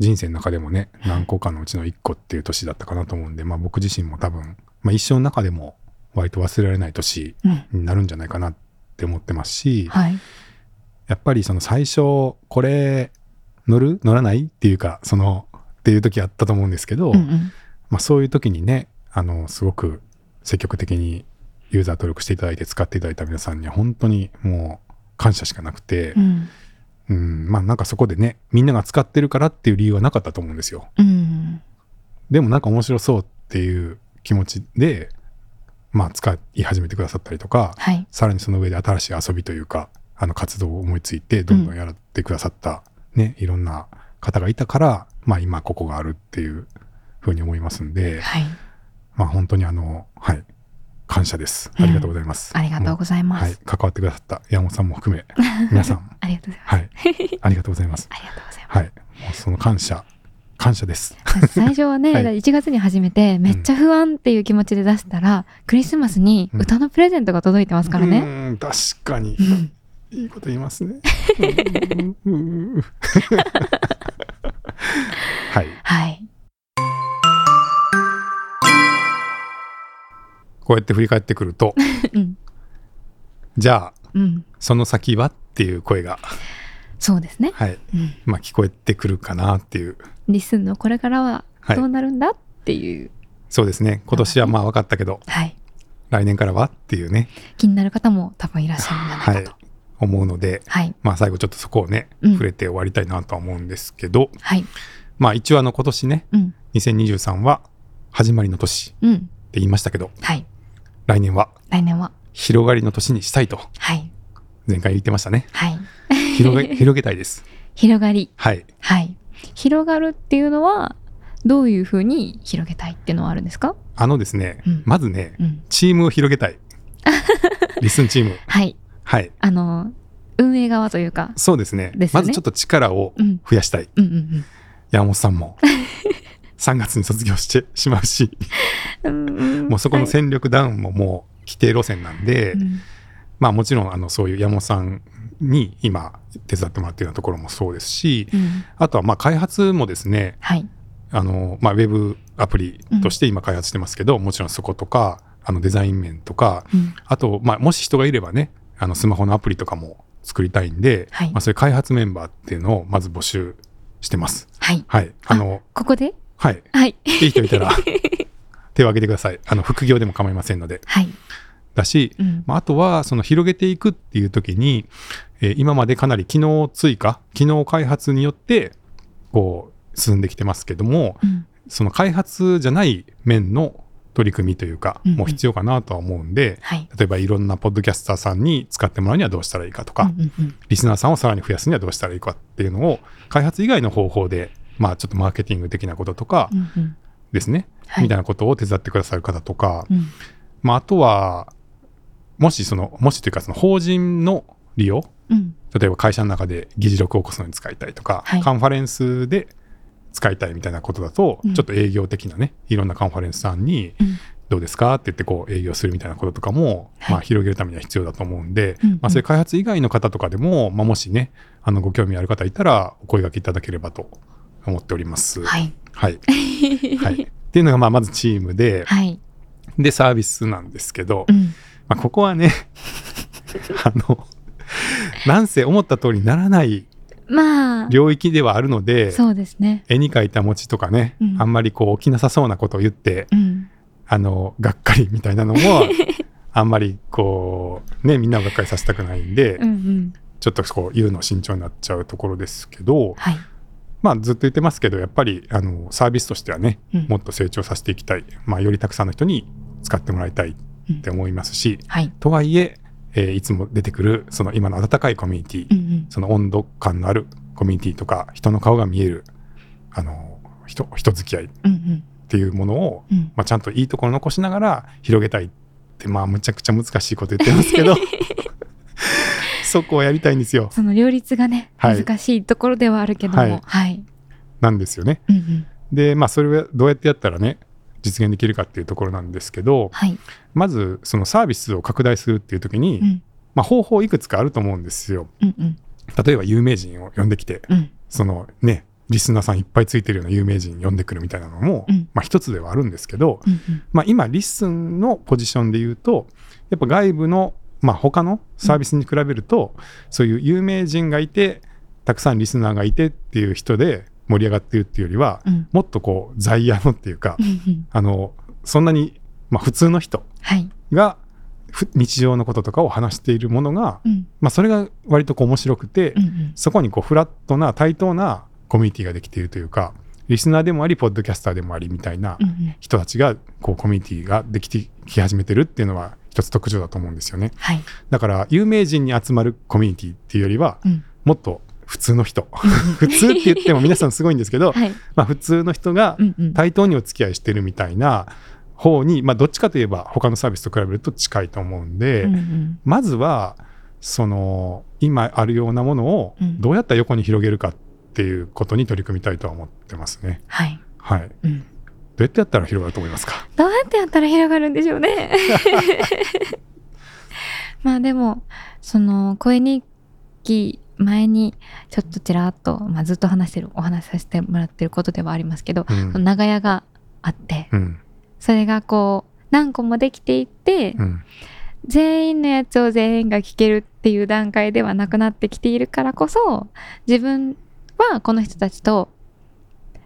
人生の中でもね、何個かのうちの1個っていう年だったかなと思うんで、まあ僕自身も多分、まあ一生の中でも割と忘れられない年
うん
になるんじゃないかなって思ってますし、
はい。
やっぱりその最初これ乗る乗らないっていうかそのっていう時あったと思うんですけど、
うん
まあ、そういう時にねあのすごく積極的にユーザー登録していただいて使っていただいた皆さんには本当にもう感謝しかなくて、
うん。うん
うんまあなんかそこでねみんなが使ってるからっていう理由はなかったと思うんですよ。
うん。
でもなんか面白そうっていう気持ちで、まあ、使い始めてくださったりとか、
はい。
さらにその上で新しい遊びというかあの活動を思いついてどんどんやってくださった、ねいろんな方がいたから、まあ、今ここがあるっていうふうに思いますんで、
はい。
まあ、本当にあのはい感謝ですありがとうございます、
ありがとうござい
もう
ま
はい
す。、
関わってくださった山本さんも 含め皆さん
ありがとうございます。
はいありがとうございます
ありがとうござい
はいもうその感謝感謝です
ます。最初はね、
はい
1月に始めて、めっちゃ不安っていう気持ちで出したら、クリスマスに歌のプレゼントが届いてますから
う
ね。
ーん確かに
うん
いいこと言います ねうんうんうんはい
はい。
こうやって振り返ってくると
うん
じゃあ
うん。
その先はっていう声が、
そうですね。
はい
うん
まあ、聞こえてくるかなっていう
リスンのこれからは
はい
どうなるんだっていう。
そうですね今年はまあ分かったけど
はい。
来年からはっていうね、
気になる方も多分いらっしゃるんじゃな
はいい
かと。、
思うので、
はい。
まあ、最後ちょっとそこをね
うん
触れて終わりたいなとは思うんですけど、
はい。
まあ一応あの今年ね
うん。
2023は始まりの年って
うん。
言いましたけど
はい。
来年は
来年は。
広がりの年にしたいと
はい。
前回言ってましたね
はい。
広 げ広げたいです
広がり。
はい
はい。広がるっていうのは、どういうふうに広げたいっていうのはあるんですか
あのですね、
うん
まずね
うん。
チームを広げた いリスンチーム
はい。
はい
あの、運営側というか。
そうですね
ですよ
ま
ね
ずちょっと力を
うん。
増やしたい
うんうんうん。
山本さん も3月に卒業してしまうしもうそこの
せ
戦力ダウンももう規定路線なんで、まあもちろんあのそういう山本さんに今手伝ってもらってるようなところもそうですしあとはまあ開発もですね
はい
あの、まあ、ウェブアプリとして今開発してますけど、もちろんそことかあのデザイン面とか
うん
あと、まあ、もし人がいればねあのスマホのアプリとかも作りたいんで、
はい
まあ、そういう開発メンバーっていうのをまず募集してます。
はい
はい、あの
ここで
はい
はい
いい人い たら手を挙げてくださいあの副業でも構いませんので
はい
だし、
うん
まあ、あとはその広げていくっていう時に、えー今までかなり機能追加機能開発によってこう進んできてますけども
うん
その開発じゃない面の取り組みというか、
うんうん
もう必要かなとは思うんで、
はい
例えばいろんなポッドキャスターさんに使ってもらうにはどうしたらいいかとか、
うんうんうん
リスナーさんをさらに増やすにはどうしたらいいかっていうのを開発以外の方法で、まあ、ちょっとマーケティング的なこととか
うんうん
ですね、
はい
みたいなことを手伝ってくださる方とか、
うん
まあ、あとはもしそのもしというかその法人の利用
うん
例えば会社の中で議事録を起こすのに使いたいとか、
はい
カンファレンスで使いたいみたいなことだと、
うん
ちょっと営業的なねいろんなカンファレンスさんに
うん
どうですかって言ってこう営業するみたいなこととかも、
はい
まあ、広げるためには必要だと思うんで、
うんうん
まあ、そういう開発以外の方とかでも、まあ、もしねあのご興味ある方いたらお声掛けいただければと思っております。、
はいい
はいはい、っていうのがまあまずチームで
はい
でサービスなんですけど、
うん
まあ、ここは ねあのなんせ思った通りにならない
まあ
領域ではあるので
そうですね
絵に描いた餅とかね、
うん
あんまりこう起きなさそうなことを言って
うん
あのがっかりみたい なのもあんまりこうねみんなをがっかりさせたくないんで、
うんうん
ちょっとこう言うの慎重になっちゃうところですけど
はい
まあずっと言ってますけどやっぱりあのサービスとしてはね
うん
もっと成長させていきたい、まあ、よりたくさんの人に使ってもらいたいって思いますし、
はい
とはいええーいつも出てくるその今の温かいコミュニティ、
うんうん
その温度感のあるコミュニティとか人の顔が見えるあの人人付き合いっ
うん
ていうものを、
うんうん
まあ、ちゃんといいところ残しながら広げたいってまあむちゃくちゃ難しいこと言ってますけ どそこをやりたいんですよ
その両立がね
はい
難しいところではあるけど
はい
もはい
なんですよね。
うんうん
でまあそれはどうやってやったらね実現できるかっていうところなんですけど
はい
まずそのサービスを拡大するっていう時に、
うん
まあ、方法いくつかあると思うんですよ。
うんうん
例えば有名人を呼んできて
うん
そのねリスナーさんいっぱいついてるような有名人呼んでくるみたいなのも、
うん
まあ一つではあるんですけど、
うんうん
まあ、今リッスンのポジションで言うとやっぱ外部の、まあ、他のサービスに比べると、そういう有名人がいてたくさんリスナーがいてっていう人で盛り上がってるっていうよりは、
うん
もっとこう在野のっていうか、
うんうん
あのそんなに、まあ、普通の人
はい
がふ日常のこととかを話しているものが、
うん
まあ、それが割とこう面白くて、
うんうん
そこにこうフラットな対等なコミュニティができているというかリスナーでもありポッドキャスターでもありみたいな
うんうん
人たちがこうコミュニティができてき始めてるっていうのは一つ特徴だと思うんですよね
はい
だから有名人に集まるコミュニティっていうよりは
うん
もっと普通の人 普通って言っても皆さんすごいんですけど、
はい
まあ、普通の人が
うんうん
対等にお付き合いしてるみたいな方に、まあ、どっちかといえば他のサービスと比べると近いと思うんで、
うんうん
まずはその今あるようなものを
うん
どうやったら横に広げるかっていうことに取り組みたいとは思ってますね。
はい
はい、ど
うん
うやってやったら広がると思いますか
どうやってやったら広がるんでしょ うね。まあでも、その、声日記前に、ちょっとちらっと、まあずっと話してる、お話しさせてもらってることではありますけど、
うん
その長屋があって、
うん
それがこう、何個もできていって
う、ん
全員のやつを全員が聞けるっていう段階ではなくなってきているからこそ、自分はこの人たちと、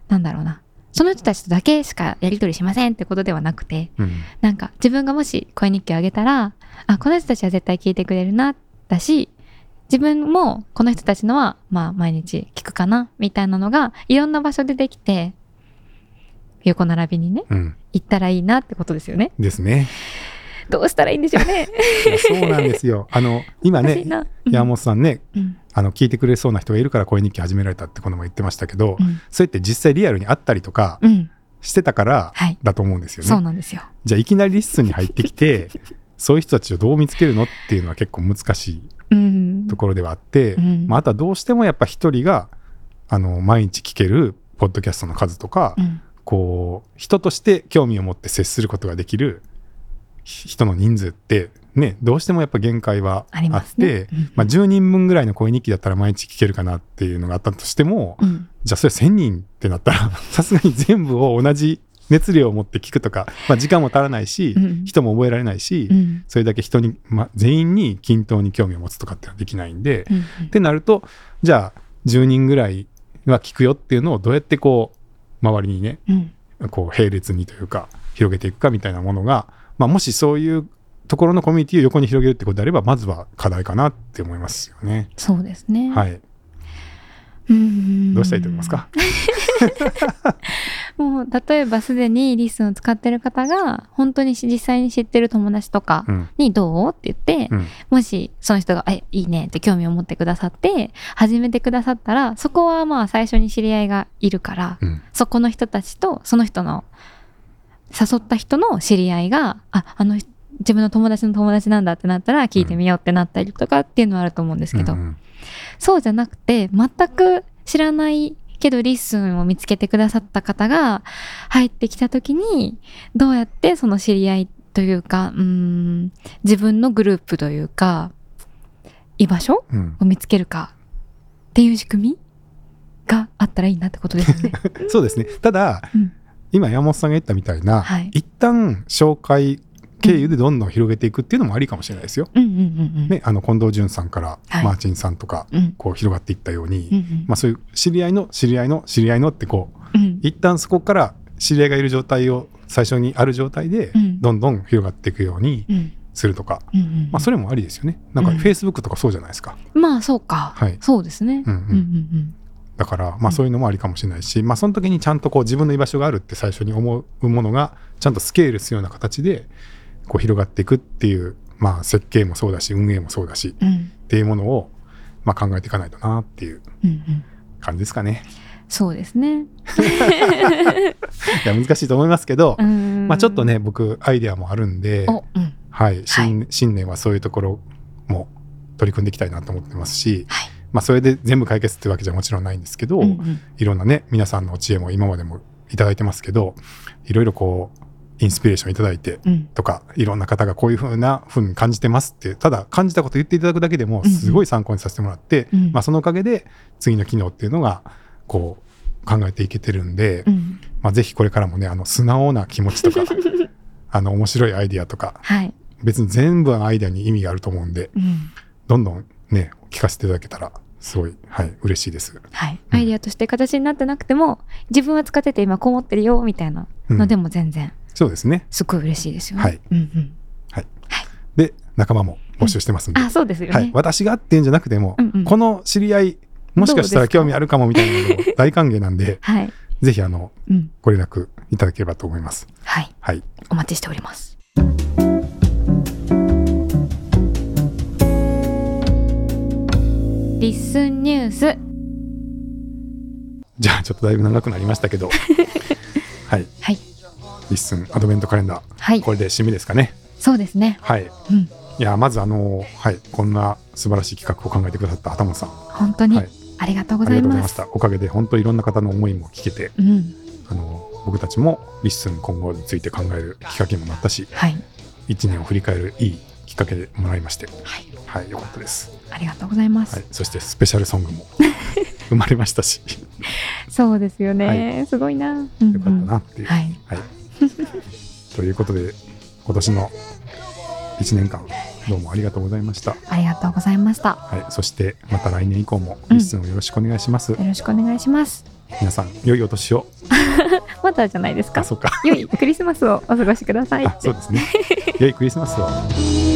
なんだろうな、その人たちとだけしかやり取りしませんってことではなくて、
うん
なんか自分がもし声日記をあげたらあこの人たちは絶対聞いてくれるなだし自分もこの人たちのはまあ毎日聞くかなみたいなのがいろんな場所でできて横並びにね
うん
行ったらいいなってことですよね
ですね。
どうしたらいいんでしょう ね
いやそうなんです よ。あの今
難しい
ね
な、うん
山本さんね
うん
あの聞いてくれそうな人がいるから声日記始められたってこのも言ってましたけど、
うん
それって実際リアルにあったりとか
うん
してたから
はい
だと思うんですよね。
そうなんですよ
じゃあいきなりリッスンに入ってき てそういう人たちをどう見つけるのっていうのは結構難しい
うん
ところではあって、
うん
まあ、あとはどうしてもやっぱ一人があの毎日聞けるポッドキャストの数とか、
うん
こう人として興味を持って接することができるひ人の人数ってねどうしてもやっぱ限界は
あり
あ
ま
っ
す
て
ね。うん
まあ、10人分ぐらいの声日記だったら毎日聞けるかなっていうのがあったとしても、
うん
じゃあそれ1000人ってなったらさすがに全部を同じ熱量を持って聞くとか、まあ、時間も足らないし、
うん
人も覚えられないし、
うん
それだけ人に、ま、全員に均等に興味を持つとかってのはできないんで、
うん
ってなるとじゃあ10人ぐらいは聞くよっていうのをどうやってこう周りにね
うん
こう並列にというか広げていくかみたいなものが、まあ、もしそういうところのコミュニティを横に広げるってことであればまずは課題かなって思いますよね。
そうですね。
はい、
うん
どうしたらいいと思いますか、
もう例えばすでにリスンを使ってる方が本当にし実際に知ってる友達とか
うん
にどうって言って、
うん
もしその人が「えいいね」って興味を持ってくださって始めてくださったらそこはまあ最初に知り合いがいるから、
うん
そこの人たちとその人の誘った人の知り合いが「ああの人自分の友達の友達なんだ」ってなったら聞いてみようってなったりとかっていうのはあると思うんですけど、
うんうん
そうじゃなくて、全く知らないけどリッスンを見つけてくださった方が入ってきた時に、どうやってその知り合いというか、うーん、自分のグループというか、居場所
うん
を見つけるかっていう仕組みがあったらいいなってことですよ ね。
そうですねただ、
うん
今山本さんが言ったみたいな、
はい
一旦紹介経由でどんどん広げていくっていうのもありかもしれないですよ。
うんうんうんうん。
ね、あの近藤淳さんから、
はい
マーチンさんとか
うん
こう広がっていったように、
うんうん
まあ、そういう知り合いの知り合いの知り合いのってこう
うん
一旦そこから知り合いがいる状態を最初にある状態で
うん
どんどん広がっていくように
うん
するとか、
うんうん
まあ、それもありですよねなんか
うん
Facebook とかそうじゃないですか、
まあそうか。
はい
そうです
うんう
ね。
ん
うんうん
だからまあそういうのもありかもしれないし、まあ、その時にちゃんとこう自分の居場所があるって最初に思うものがちゃんとスケールするような形でこう広がっていくっていう、まあ、設計もそうだし運営もそうだし
うんうん
っていうものを、まあ、考えていかないとなっていう
うんうん。
感じですかね。
そうですね。
いや難しいと思いますけど、ま
ま
あ、ちょっとね僕アイデアもあるんで、
お、うん、
はい、新新年はそういうところも取り組んでいきたいなと思ってますし、
はい
まあ、それで全部解決ってわけじゃもちろんないんですけど、
うんうん
いろんなね皆さんのお知恵も今までもいただいてますけどいろいろこうインスピレーションいただいて
うん
とかいろんな方がこういうふうなふうに感じてますってただ感じたこと言っていただくだけでも
うん
すごい参考にさせてもらって、
うん
まあ、そのおかげで次の機能っていうのがこう考えていけてるんで、
うん、
まあ、ぜひこれからもねあの素直な気持ちと かあの面白いアイディアとか
はい、
別に全部のアイデアに意味があると思うんで
うん、
どんどんね聞かせていただけたらすごい、はい、嬉しいです。
はい、
うん
アイディアとして形になってなくても、自分は使ってて今こう思ってるよみたいな
うん
のでも全然
そうですね
すごい嬉しいですよね。
はい、
うんうん、
で仲間も募集してますんで、
あ、そうですよね。
はい、私がっていうんじゃなくても、
うんうん
この知り合いもしかした
ど
ら
うですか
興味あるかもみたいなのも大歓迎なん で
はい、
ぜひあの
うん、
ご連絡いただければと思います。
はい、
はい、
お待ちしております。リッスンニュース、
じゃあちょっとだいぶ長くなりましたけ どはい、
はい、
リッスンアドベントカレンダー、
はい
こ、れで締めですかね。
そうですね。
はい、
うん、
いやまずあのはいこんな素晴らしい企画を考えてくださった頭さん
本当に
はい
ありがとうご
あ
ざ
りが
い
とうござい
ま。
ますしたおかげで本当いろんな方の思いも聞けて
うん、
あの僕たちもリッスン今後について考えるきっかけにもなったし
はい、
1年を振り返るいいきっかけでもらいまして
はい、
はい良かったです、
ありがとうございます。
はい、そしてスペシャルソン グも生まれましたし
そうですよね、すごいな。
よかったなっていう、
はい、
はい、ということで今年の1年間どうもありがとうございました、
ありがとうございました。
はい、そしてまた来年以降もリッスンをよろしくお願いします、
よろしくお願いします。
皆さん良いお年を
またじゃないです
あ
か。
そうか
良いクリスマスをお過ごしください っ
あ
て
そう。ですね良いクリスマスを
「